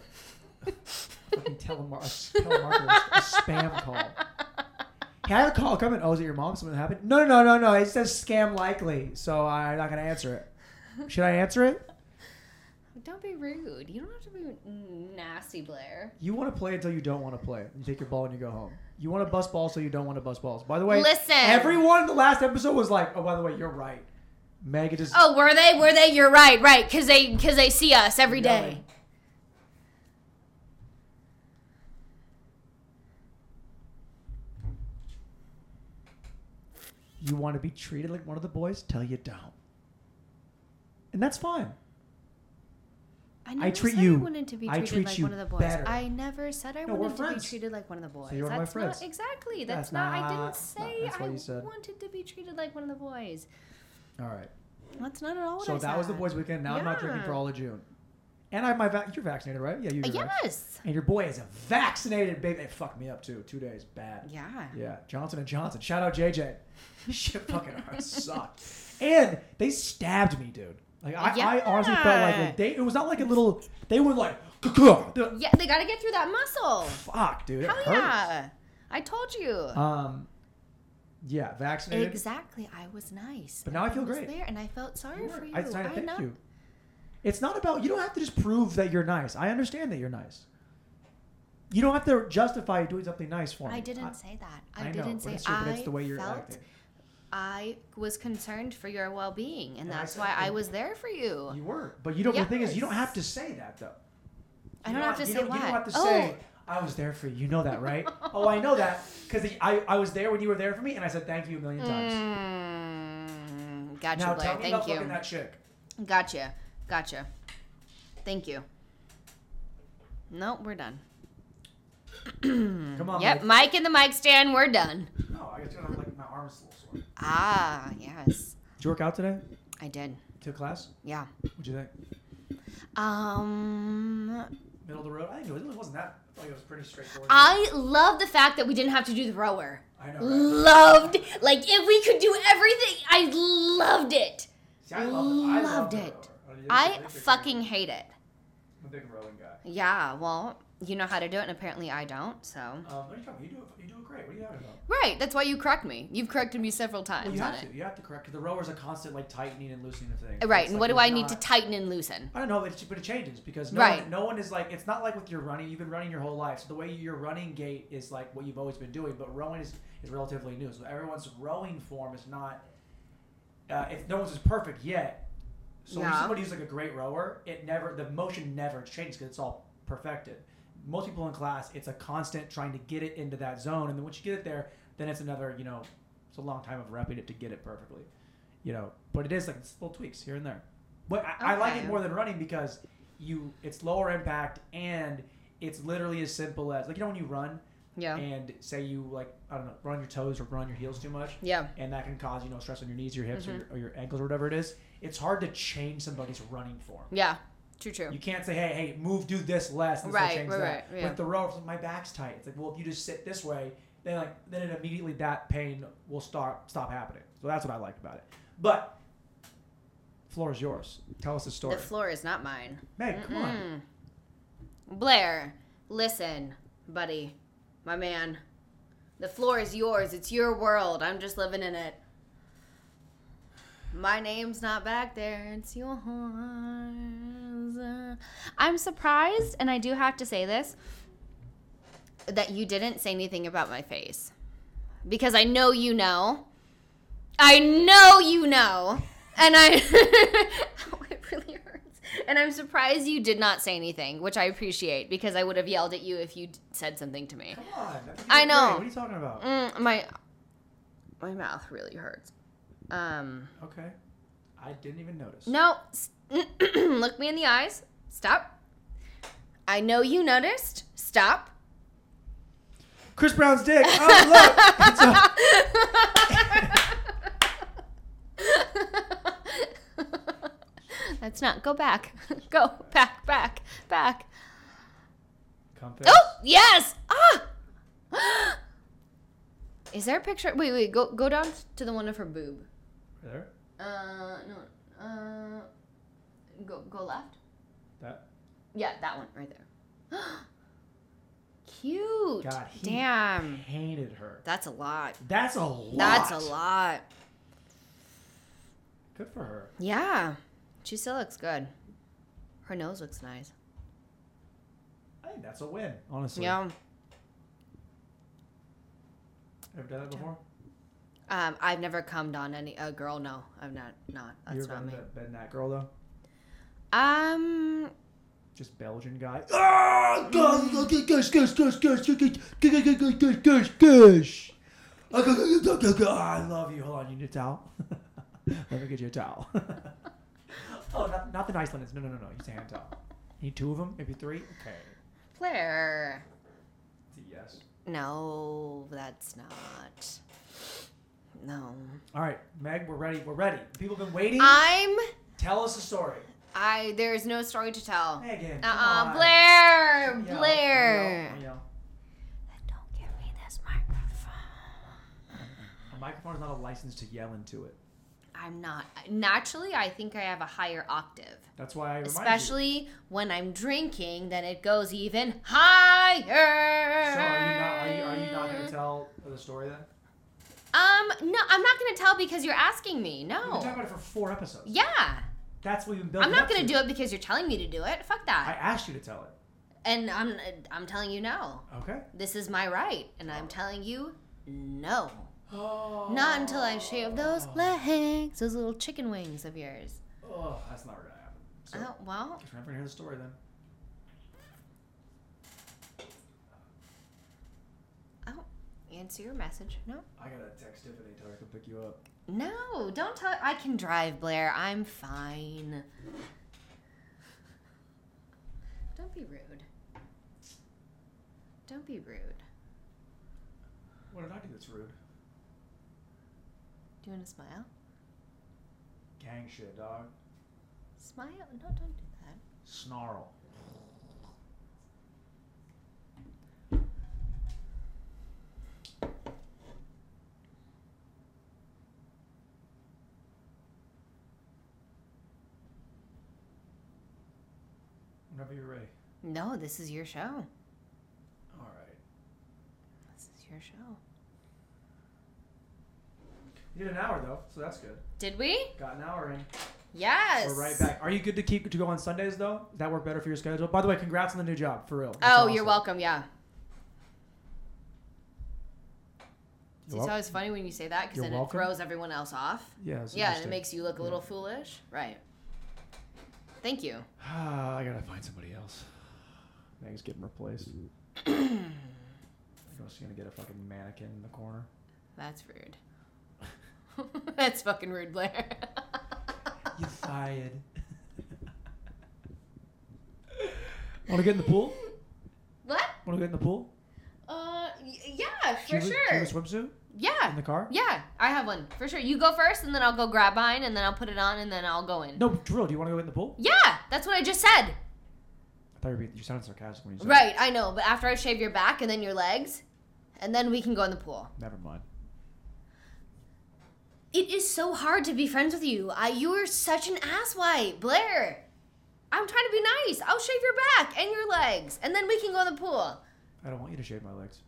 Speaker 1: fucking telemar- a s- telemarketer a spam call. Can I have a call coming? Oh, is it your mom? Something happened? No, no, no, no, no. It says scam likely, so I'm not gonna answer it. Should I answer it?
Speaker 2: [laughs] Don't be rude. You don't have to be.
Speaker 3: Nasty Blair.
Speaker 1: You want to play until you don't want to play. You take your ball and you go home. You want to bust balls so you don't want to bust balls. By the way,
Speaker 2: Listen.
Speaker 1: Everyone in the last episode was like, "Oh, by the way, you're right." Mega just
Speaker 2: Oh, were they? Were they? You're right, right. Cause they, cause they see us every day.
Speaker 1: Yelling. You want to be treated like one of the boys? Tell you don't, and that's fine.
Speaker 2: never
Speaker 1: treat
Speaker 2: said
Speaker 1: you-
Speaker 2: I wanted to be
Speaker 1: I
Speaker 2: treated
Speaker 1: treat
Speaker 2: like
Speaker 1: you
Speaker 2: one of the boys.
Speaker 1: better.
Speaker 2: I never said I
Speaker 1: No, we're
Speaker 2: wanted to be
Speaker 1: friends.
Speaker 2: treated like one of the boys.
Speaker 1: So you're one
Speaker 2: that's
Speaker 1: of my friends.
Speaker 2: not exactly. That's,
Speaker 1: That's
Speaker 2: not, I
Speaker 1: not-
Speaker 2: didn't
Speaker 1: that's not-
Speaker 2: say
Speaker 1: that's what
Speaker 2: I
Speaker 1: you said.
Speaker 2: wanted to be treated like one of the boys.
Speaker 1: All right.
Speaker 2: Oh, That's not at all what
Speaker 1: so
Speaker 2: I
Speaker 1: that was the
Speaker 2: said.
Speaker 1: boys' weekend. Now I'm not drinking
Speaker 2: Yeah.
Speaker 1: for all of June. And I have my vac. You're vaccinated, right? Yeah, you're.
Speaker 2: Uh,
Speaker 1: vac-
Speaker 2: yes.
Speaker 1: And your boy is a vaccinated baby. It fucked me up too. Two days, bad.
Speaker 2: Yeah.
Speaker 1: Yeah, Johnson and Johnson. Shout out JJ. [laughs] Shit fucking hard sucked. And they stabbed me, dude. Like I, I honestly felt like
Speaker 2: Yeah.
Speaker 1: a, they. It was not like a little. They were like, "Kuh-kuh."
Speaker 2: Yeah, they got to get through that muscle.
Speaker 1: fuck, dude. It
Speaker 2: Hell
Speaker 1: hurt.
Speaker 2: yeah. I told you.
Speaker 1: Um, yeah, vaccinated.
Speaker 2: exactly. I was nice.
Speaker 1: But now I feel
Speaker 2: was
Speaker 1: great.
Speaker 2: There and I felt sorry
Speaker 1: You
Speaker 2: for
Speaker 1: were-
Speaker 2: you.
Speaker 1: I decided to
Speaker 2: I
Speaker 1: thank
Speaker 2: know.
Speaker 1: you. It's not about you don't have to just prove that you're nice. I understand that you're nice. You don't have to justify doing something nice for me.
Speaker 2: I didn't say that. I,
Speaker 1: I know,
Speaker 2: didn't
Speaker 1: but
Speaker 2: say
Speaker 1: it's your- but it's
Speaker 2: I
Speaker 1: the way you're
Speaker 2: felt
Speaker 1: acting.
Speaker 2: I was concerned for your well-being, and
Speaker 1: And I
Speaker 2: that's
Speaker 1: said
Speaker 2: why I
Speaker 1: that.
Speaker 2: was there for you.
Speaker 1: You were, but you don't. The thing is, you don't
Speaker 2: Yes.
Speaker 1: have to say that though.
Speaker 2: I
Speaker 1: You
Speaker 2: don't have to
Speaker 1: you
Speaker 2: say
Speaker 1: don't- You don't
Speaker 2: what.
Speaker 1: have to
Speaker 2: Oh.
Speaker 1: say. I was there for you. You know that,
Speaker 2: [laughs]
Speaker 1: right? oh, I know that because I, I was there when you were there for me, and I said thank you a million times.
Speaker 2: Oh. Mm, gotcha,
Speaker 1: now
Speaker 2: Blair.
Speaker 1: tell me
Speaker 2: Thank
Speaker 1: about fucking
Speaker 2: you.
Speaker 1: that chick.
Speaker 2: Gotcha. Gotcha. Thank you. Nope, we're done. [clears throat]
Speaker 1: Come on.
Speaker 2: Mm. Yep,
Speaker 1: Mike.
Speaker 2: Mike and the mic stand, we're done.
Speaker 1: No, I just got like my arms a little sore. Did
Speaker 2: Ah, yes.
Speaker 1: you work out today?
Speaker 2: I did.
Speaker 1: To class?
Speaker 2: Yeah.
Speaker 1: What'd you think?
Speaker 2: Um
Speaker 1: Middle of the road. I think it really wasn't that. I thought it was pretty straightforward.
Speaker 2: I love the fact that we didn't have to do the rower.
Speaker 1: I know. Right?
Speaker 2: Loved like if we could do everything, I loved it.
Speaker 1: See, I loved it. I
Speaker 2: loved
Speaker 1: loved,
Speaker 2: it.
Speaker 1: it.
Speaker 2: I fucking hate it.
Speaker 1: I'm a big rowing guy.
Speaker 2: Yeah, well, you know how to do it and apparently I don't, so.
Speaker 1: Um, what are you talking? about? You do it. You do it great. What are you talking about?
Speaker 2: Right, that's why you correct me. You've corrected me several
Speaker 1: Well,
Speaker 2: times
Speaker 1: you
Speaker 2: on
Speaker 1: have
Speaker 2: it.
Speaker 1: to. You have to correct. 'cause The rower's a constant like tightening and loosening of things.
Speaker 2: Right,
Speaker 1: It's
Speaker 2: and
Speaker 1: like
Speaker 2: what do
Speaker 1: there's
Speaker 2: I need to
Speaker 1: not-
Speaker 2: tighten and loosen?
Speaker 1: I don't know, but it, but it changes because no,
Speaker 2: Right.
Speaker 1: one, no one is like it's not like with your running. You've been running your whole life, so the way your running gait is like what you've always been doing. But rowing is, is relatively new, so everyone's rowing form is not. Uh, if no one's is perfect yet, so when
Speaker 2: Yeah.
Speaker 1: somebody who's like a great rower, it never the motion never changes because it's all perfected. Most people in class, it's a constant trying to get it into that zone, and then once you get it there, then it's another you know, it's a long time of repping it to get it perfectly, you know. But it is like it's little tweaks here and there. But I, I like it
Speaker 2: Okay.
Speaker 1: more than running because you it's lower impact and it's literally as simple as like you know when you run
Speaker 2: Yeah.
Speaker 1: and say you like I don't know run on your toes or run on your heels too much
Speaker 2: Yeah.
Speaker 1: and that can cause you know stress on your knees, your hips,
Speaker 2: Mm-hmm.
Speaker 1: or, your, or your ankles or whatever it is. It's hard to change somebody's running form.
Speaker 2: Yeah. True, true.
Speaker 1: You can't say, hey, hey, move, do this less, and this will
Speaker 2: Right,
Speaker 1: change
Speaker 2: right,
Speaker 1: that.
Speaker 2: right, yeah.
Speaker 1: With the row, it's like, my back's tight. It's like, well, if you just sit this way, then like, then it immediately that pain will start stop happening. So that's what I liked about it. But floor is yours. Tell us the story.
Speaker 2: The floor is not mine.
Speaker 1: Meg, come on.
Speaker 2: Blair, listen, buddy, my man. The floor is yours. It's your world. I'm just living in it. My name's not back there. It's yours. I'm surprised, and I do have to say this, that you didn't say anything about my face. Because I know you know. I know you know. And I. [laughs] Ow, it really hurts. And I'm surprised you did not say anything, which I appreciate because I would have yelled at you if you d- said something to me.
Speaker 1: Come on. I, think you
Speaker 2: I
Speaker 1: look
Speaker 2: know.
Speaker 1: great. What are you talking about?
Speaker 2: Mm, my my mouth really hurts. Um,
Speaker 1: Okay. I didn't even notice.
Speaker 2: no, s- [clears throat] look me in the eyes. Stop. I know you noticed. Stop. [laughs]
Speaker 1: Chris Brown's dick. Oh,
Speaker 2: [laughs]
Speaker 1: look. It's a-
Speaker 2: That's not. Go back. [laughs] Go back, back, back.
Speaker 1: Compass.
Speaker 2: Oh yes! Ah! [gasps] Is there a picture? Wait, wait. Go, go down to the one of her boob.
Speaker 1: There.
Speaker 2: Uh, no. Uh, go, go left.
Speaker 1: That.
Speaker 2: Yeah, that one right there. [gasps] cute.
Speaker 1: God, he
Speaker 2: Damn.
Speaker 1: hated her.
Speaker 2: That's a lot.
Speaker 1: That's a lot.
Speaker 2: That's a lot.
Speaker 1: Good for her.
Speaker 2: Yeah. She still looks good. Her nose looks nice.
Speaker 1: I think that's a win, honestly.
Speaker 2: Yeah.
Speaker 1: Ever done that before?
Speaker 2: Um, I've never cummed on any a girl. No, I've not. Not.
Speaker 1: you
Speaker 2: That's
Speaker 1: ever
Speaker 2: not
Speaker 1: been,
Speaker 2: me.
Speaker 1: that- been that girl though?
Speaker 2: Um.
Speaker 1: Just Belgian guy.
Speaker 4: Ah, gosh, gosh, gosh, gosh, gosh, gosh, gosh, gosh, gosh, gosh, gosh.
Speaker 1: Ah, I love you. Hold on, you need a towel. [laughs] Let me get you a towel. [laughs] oh, not, not the nice linens. No, no, no, no. Use a hand towel. You need two of them, maybe three. Okay.
Speaker 2: Claire.
Speaker 1: It's a Yes.
Speaker 2: No, that's not. No.
Speaker 1: All right, Meg, we're ready. We're ready. People have been waiting.
Speaker 2: I'm.
Speaker 1: Tell us a story.
Speaker 2: I. There's no story to tell.
Speaker 1: Megan.
Speaker 2: Uh
Speaker 1: come
Speaker 2: uh
Speaker 1: on.
Speaker 2: Blair!
Speaker 1: Yell,
Speaker 2: Blair!
Speaker 1: yell, yell.
Speaker 2: Don't give me this microphone.
Speaker 1: A microphone is not a license to yell into it.
Speaker 2: I'm not. Naturally, I think I have a higher octave.
Speaker 1: That's why I remind you.
Speaker 2: Especially when I'm drinking, then it goes even higher.
Speaker 1: So are you not? Are you, are you not going to tell the story then?
Speaker 2: Um, no, I'm not gonna tell because you're asking me.
Speaker 1: We've been talking
Speaker 2: No.
Speaker 1: about it for four episodes.
Speaker 2: Yeah.
Speaker 1: That's what we've been building.
Speaker 2: I'm not
Speaker 1: up
Speaker 2: gonna
Speaker 1: to.
Speaker 2: do it because you're telling me to do it. Fuck
Speaker 1: I
Speaker 2: that.
Speaker 1: asked you to tell it.
Speaker 2: And I'm I'm telling you no.
Speaker 1: Okay.
Speaker 2: This is my right, and I'm telling you no.
Speaker 1: Oh.
Speaker 2: Not until I shave those legs, those little chicken wings of yours.
Speaker 1: Oh, that's not gonna happen. So,
Speaker 2: Oh, well,
Speaker 1: guess we're never gonna hear the story then.
Speaker 2: answer your message. No.
Speaker 1: I gotta text Tiffany tell her I can pick you up.
Speaker 2: No, don't tell. I can drive, Blair. I'm fine. Don't be rude. Don't be rude.
Speaker 1: What did I do that's rude?
Speaker 2: Do you want to smile?
Speaker 1: Gang shit, dog.
Speaker 2: Smile? No, don't do that.
Speaker 1: Snarl. Whenever you're ready.
Speaker 2: No, this is your show.
Speaker 1: All right.
Speaker 2: This is your show.
Speaker 1: You did an hour though, so that's good.
Speaker 2: Did we?
Speaker 1: Got an hour in.
Speaker 2: Yes.
Speaker 1: We're right back. Are you good to keep to go on Sundays though? Does that work better for your schedule? By the way, congrats on the new job, for real. That's
Speaker 2: Oh, you're
Speaker 1: awesome.
Speaker 2: welcome. Yeah.
Speaker 1: You're
Speaker 2: it's
Speaker 1: wel-
Speaker 2: always funny when you say that because
Speaker 1: You're
Speaker 2: then
Speaker 1: welcome.
Speaker 2: it throws everyone else off.
Speaker 1: Yeah. it's
Speaker 2: yeah, and it
Speaker 1: interesting.
Speaker 2: makes you look a
Speaker 1: Yeah.
Speaker 2: little foolish. Right. Thank you. [clears throat]
Speaker 1: Ah, [sighs] I gotta find somebody else. Meg's getting replaced. I'm just gonna get a fucking mannequin in the corner.
Speaker 2: That's rude. [laughs] That's fucking rude, Blair. [laughs]
Speaker 1: You fired. [laughs] Wanna get in the pool?
Speaker 2: what?
Speaker 1: Wanna get in the pool?
Speaker 2: Uh, y- yeah,
Speaker 1: Do
Speaker 2: for
Speaker 1: you have a-
Speaker 2: sure.
Speaker 1: Do you have a swimsuit in
Speaker 2: yeah,
Speaker 1: the car?
Speaker 2: yeah, I have one for sure. You go first, and then I'll go grab mine, and then I'll put it on, and then I'll go in.
Speaker 1: No, Drill, do you wanna go in the pool?
Speaker 2: Yeah, that's what I just said.
Speaker 1: I thought you, were being, you sounded sarcastic when you said
Speaker 2: Right, I know. But after I shave your back and then your legs, and then we can go in the pool.
Speaker 1: it. Never mind.
Speaker 2: It is so hard to be friends with you. I, you are such an asswipe, Blair. I'm trying to be nice. I'll shave your back and your legs, and then we can go in the pool.
Speaker 1: I don't want you to shave my legs.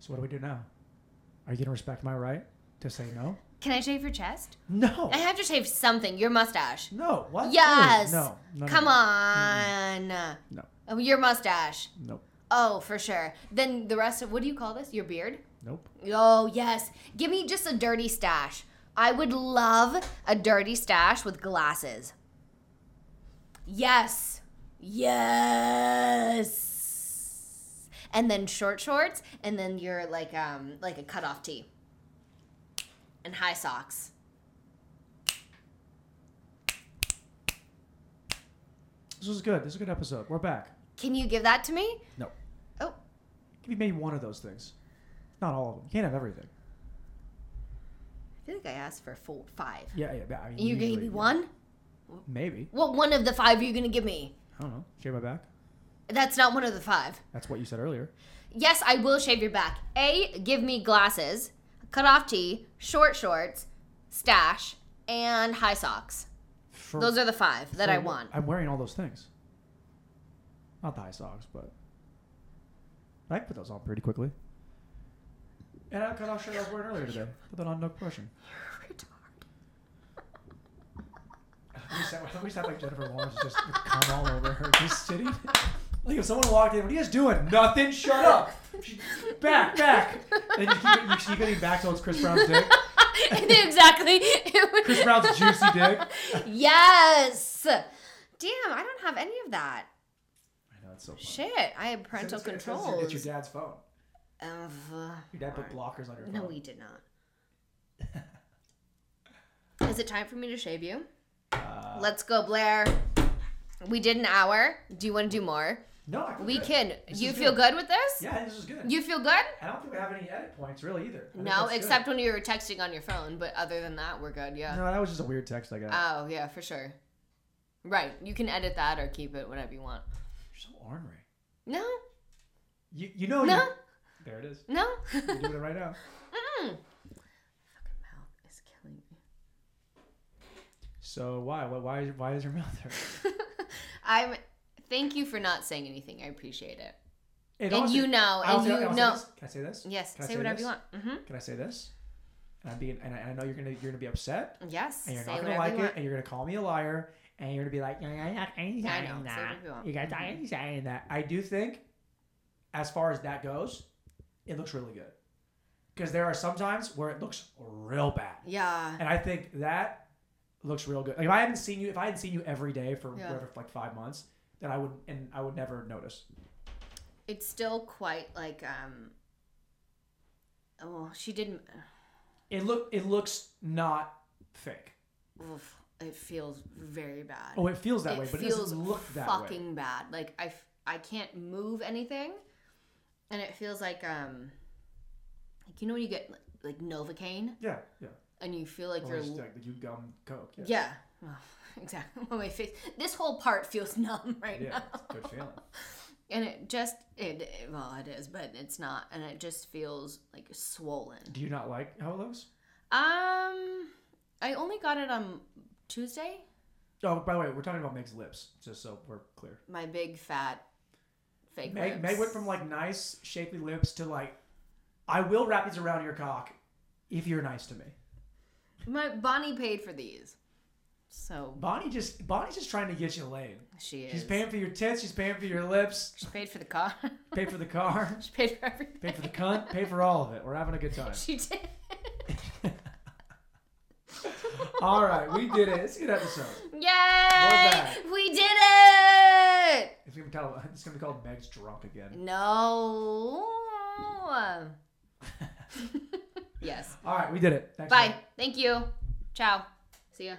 Speaker 1: So what do we do now? Are you gonna respect my right to say
Speaker 2: [laughs]
Speaker 1: no?
Speaker 2: Can I shave your chest?
Speaker 1: No.
Speaker 2: I have to shave something. Your mustache.
Speaker 1: No. What? Ew,
Speaker 2: Yes.
Speaker 1: No. no, no,
Speaker 2: Come
Speaker 1: no.
Speaker 2: on.
Speaker 1: No.
Speaker 2: Oh, your mustache.
Speaker 1: Nope.
Speaker 2: Oh, for sure. Then the rest of what do you call this? Your beard?
Speaker 1: Nope.
Speaker 2: Oh, yes. Give me just a dirty stash. I would love a dirty stash with glasses. Yes. Yes. And then short shorts and then you're like um like a cutoff tee. And high socks.
Speaker 1: This was good. This is a good episode. We're back.
Speaker 2: Can you give that to me?
Speaker 1: No.
Speaker 2: Oh.
Speaker 1: Give me maybe one of those things. Not all of them. You can't have everything.
Speaker 2: I feel like I asked for four, five.
Speaker 1: Yeah, yeah. but I mean,
Speaker 2: And you gave
Speaker 1: usually,
Speaker 2: me
Speaker 1: yeah.
Speaker 2: one?
Speaker 1: Maybe.
Speaker 2: What one of the five are you going to give me?
Speaker 1: I don't know. Shave my back.
Speaker 2: That's not one of the five.
Speaker 1: That's what you said earlier.
Speaker 2: Yes, I will shave your back. A, give me glasses, cut off tee, short shorts, stash, and high socks.
Speaker 1: For,
Speaker 2: Those are the five that
Speaker 1: for
Speaker 2: I
Speaker 1: what-
Speaker 2: want.
Speaker 1: I'm wearing all those things. Not the high socks, but But I can put those on pretty quickly. And I cut off shirt I was wearing earlier today. Put that on, no question. We just, have, we just have like Jennifer Lawrence just with cum all over her, just sitting. Like if someone walked in, what are you guys doing? Nothing. Shut up. She- Back, back. And you keep, you keep getting back towards Chris Brown's dick.
Speaker 2: [laughs] exactly.
Speaker 1: [laughs]
Speaker 2: It would-
Speaker 1: Chris Brown's juicy dick.
Speaker 2: Yes. Damn, I don't have any of that.
Speaker 1: I know it's so funny.
Speaker 2: Shit, I have parental
Speaker 1: It's- it's- it's-
Speaker 2: controls.
Speaker 1: It's your dad's phone.
Speaker 2: of, uh,
Speaker 1: Your dad put blockers on your phone.
Speaker 2: no, we did not. [laughs] Is it time for me to shave you?
Speaker 1: Uh,
Speaker 2: Let's go, Blair. We did an hour. Do you want to do more?
Speaker 1: no, I feel
Speaker 2: We
Speaker 1: good.
Speaker 2: can.
Speaker 1: This
Speaker 2: you
Speaker 1: is
Speaker 2: feel
Speaker 1: good.
Speaker 2: good with this?
Speaker 1: Yeah, this is good.
Speaker 2: You feel good?
Speaker 1: I don't think we have any edit points really either. I think
Speaker 2: No,
Speaker 1: that's good.
Speaker 2: except when you were texting on your phone. But other than that, we're good. Yeah.
Speaker 1: No, that was just a weird text I got.
Speaker 2: Oh yeah, for sure. Right. You can edit that or keep it, whatever you want.
Speaker 1: You're so ornery.
Speaker 2: No.
Speaker 1: You, you know
Speaker 2: No.
Speaker 1: you. There it is.
Speaker 2: No.
Speaker 1: [laughs] You're doing it right now.
Speaker 2: Mm. Fucking mouth is killing me.
Speaker 1: So why? Why? Why is, why is your mouth hurt?
Speaker 2: [laughs] I'm. Thank you for not saying anything. I appreciate it.
Speaker 1: It
Speaker 2: and
Speaker 1: also-
Speaker 2: you know.
Speaker 1: I
Speaker 2: And
Speaker 1: also- I
Speaker 2: you
Speaker 1: also
Speaker 2: know.
Speaker 1: say this. Can I say this?
Speaker 2: Yes.
Speaker 1: Can I
Speaker 2: say, whatever you
Speaker 1: this?
Speaker 2: want. hmm
Speaker 1: Can I say this? And I'm being, and I, and I know you're gonna, you're gonna be upset,
Speaker 2: Yes.
Speaker 1: and you're
Speaker 2: say
Speaker 1: not
Speaker 2: whatever
Speaker 1: gonna like
Speaker 2: you
Speaker 1: it,
Speaker 2: want.
Speaker 1: and you're gonna call me a liar, and you're gonna be like, "Yeah, yeah, yeah, I ain't
Speaker 2: I know,
Speaker 1: saying
Speaker 2: say
Speaker 1: that.
Speaker 2: whatever you want. Mm-hmm.
Speaker 1: You guys, I ain't saying that. I do think, as far as that goes, it looks really good, because there are some times where it looks real bad.
Speaker 2: Yeah.
Speaker 1: And I think that looks real good. Like if I hadn't seen you, if I hadn't seen you every day for
Speaker 2: Yeah.
Speaker 1: whatever, like five months, then I would and I would never notice.
Speaker 2: It's still quite like um. Oh, she didn't.
Speaker 1: It look it looks not fake.
Speaker 2: Oof, it feels very bad.
Speaker 1: Oh, it feels that
Speaker 2: it
Speaker 1: way, but it
Speaker 2: feels
Speaker 1: doesn't look that way.
Speaker 2: fucking bad. Like I, f- I can't move anything, and it feels like um, like you know when you get like, like Novocaine
Speaker 1: Yeah, yeah.
Speaker 2: and you feel like
Speaker 1: Or
Speaker 2: you're
Speaker 1: just like the you gum coke. Yeah,
Speaker 2: yeah, [laughs] Well, exactly. Well, my face, this whole part feels [laughs] numb right
Speaker 1: yeah.
Speaker 2: now,
Speaker 1: it's a good
Speaker 2: [laughs]
Speaker 1: feeling.
Speaker 2: and it just it well it is, but it's not, and it just feels like swollen.
Speaker 1: Do you not like how it looks?
Speaker 2: Um, I only got it on Tuesday.
Speaker 1: Oh, by the way, we're talking about Meg's lips, just so we're clear.
Speaker 2: My big fat fake
Speaker 1: Meg,
Speaker 2: lips.
Speaker 1: Meg went from like nice, shapely lips to like, I will wrap these around your cock if you're nice to me.
Speaker 2: My Bonnie paid for these, so
Speaker 1: Bonnie just Bonnie's just trying to get you laid.
Speaker 2: she is.
Speaker 1: She's paying for your tits. She's paying for your lips.
Speaker 2: She paid for the car. [laughs]
Speaker 1: Pay for the car. [laughs]
Speaker 2: she paid for everything.
Speaker 1: Pay for the cunt. Pay for all of it. We're having a
Speaker 2: [laughs]
Speaker 1: good time.
Speaker 2: She did.
Speaker 1: All right, we did it. It's a good episode.
Speaker 2: Yay!
Speaker 1: back.
Speaker 2: We did it!
Speaker 1: It's gonna be called, it's gonna be called Meg's drunk again. [laughs]
Speaker 2: No. yes.
Speaker 1: All right, we did it. Thanks,
Speaker 2: Bye.
Speaker 1: Meg.
Speaker 2: Thank you. Ciao. See ya.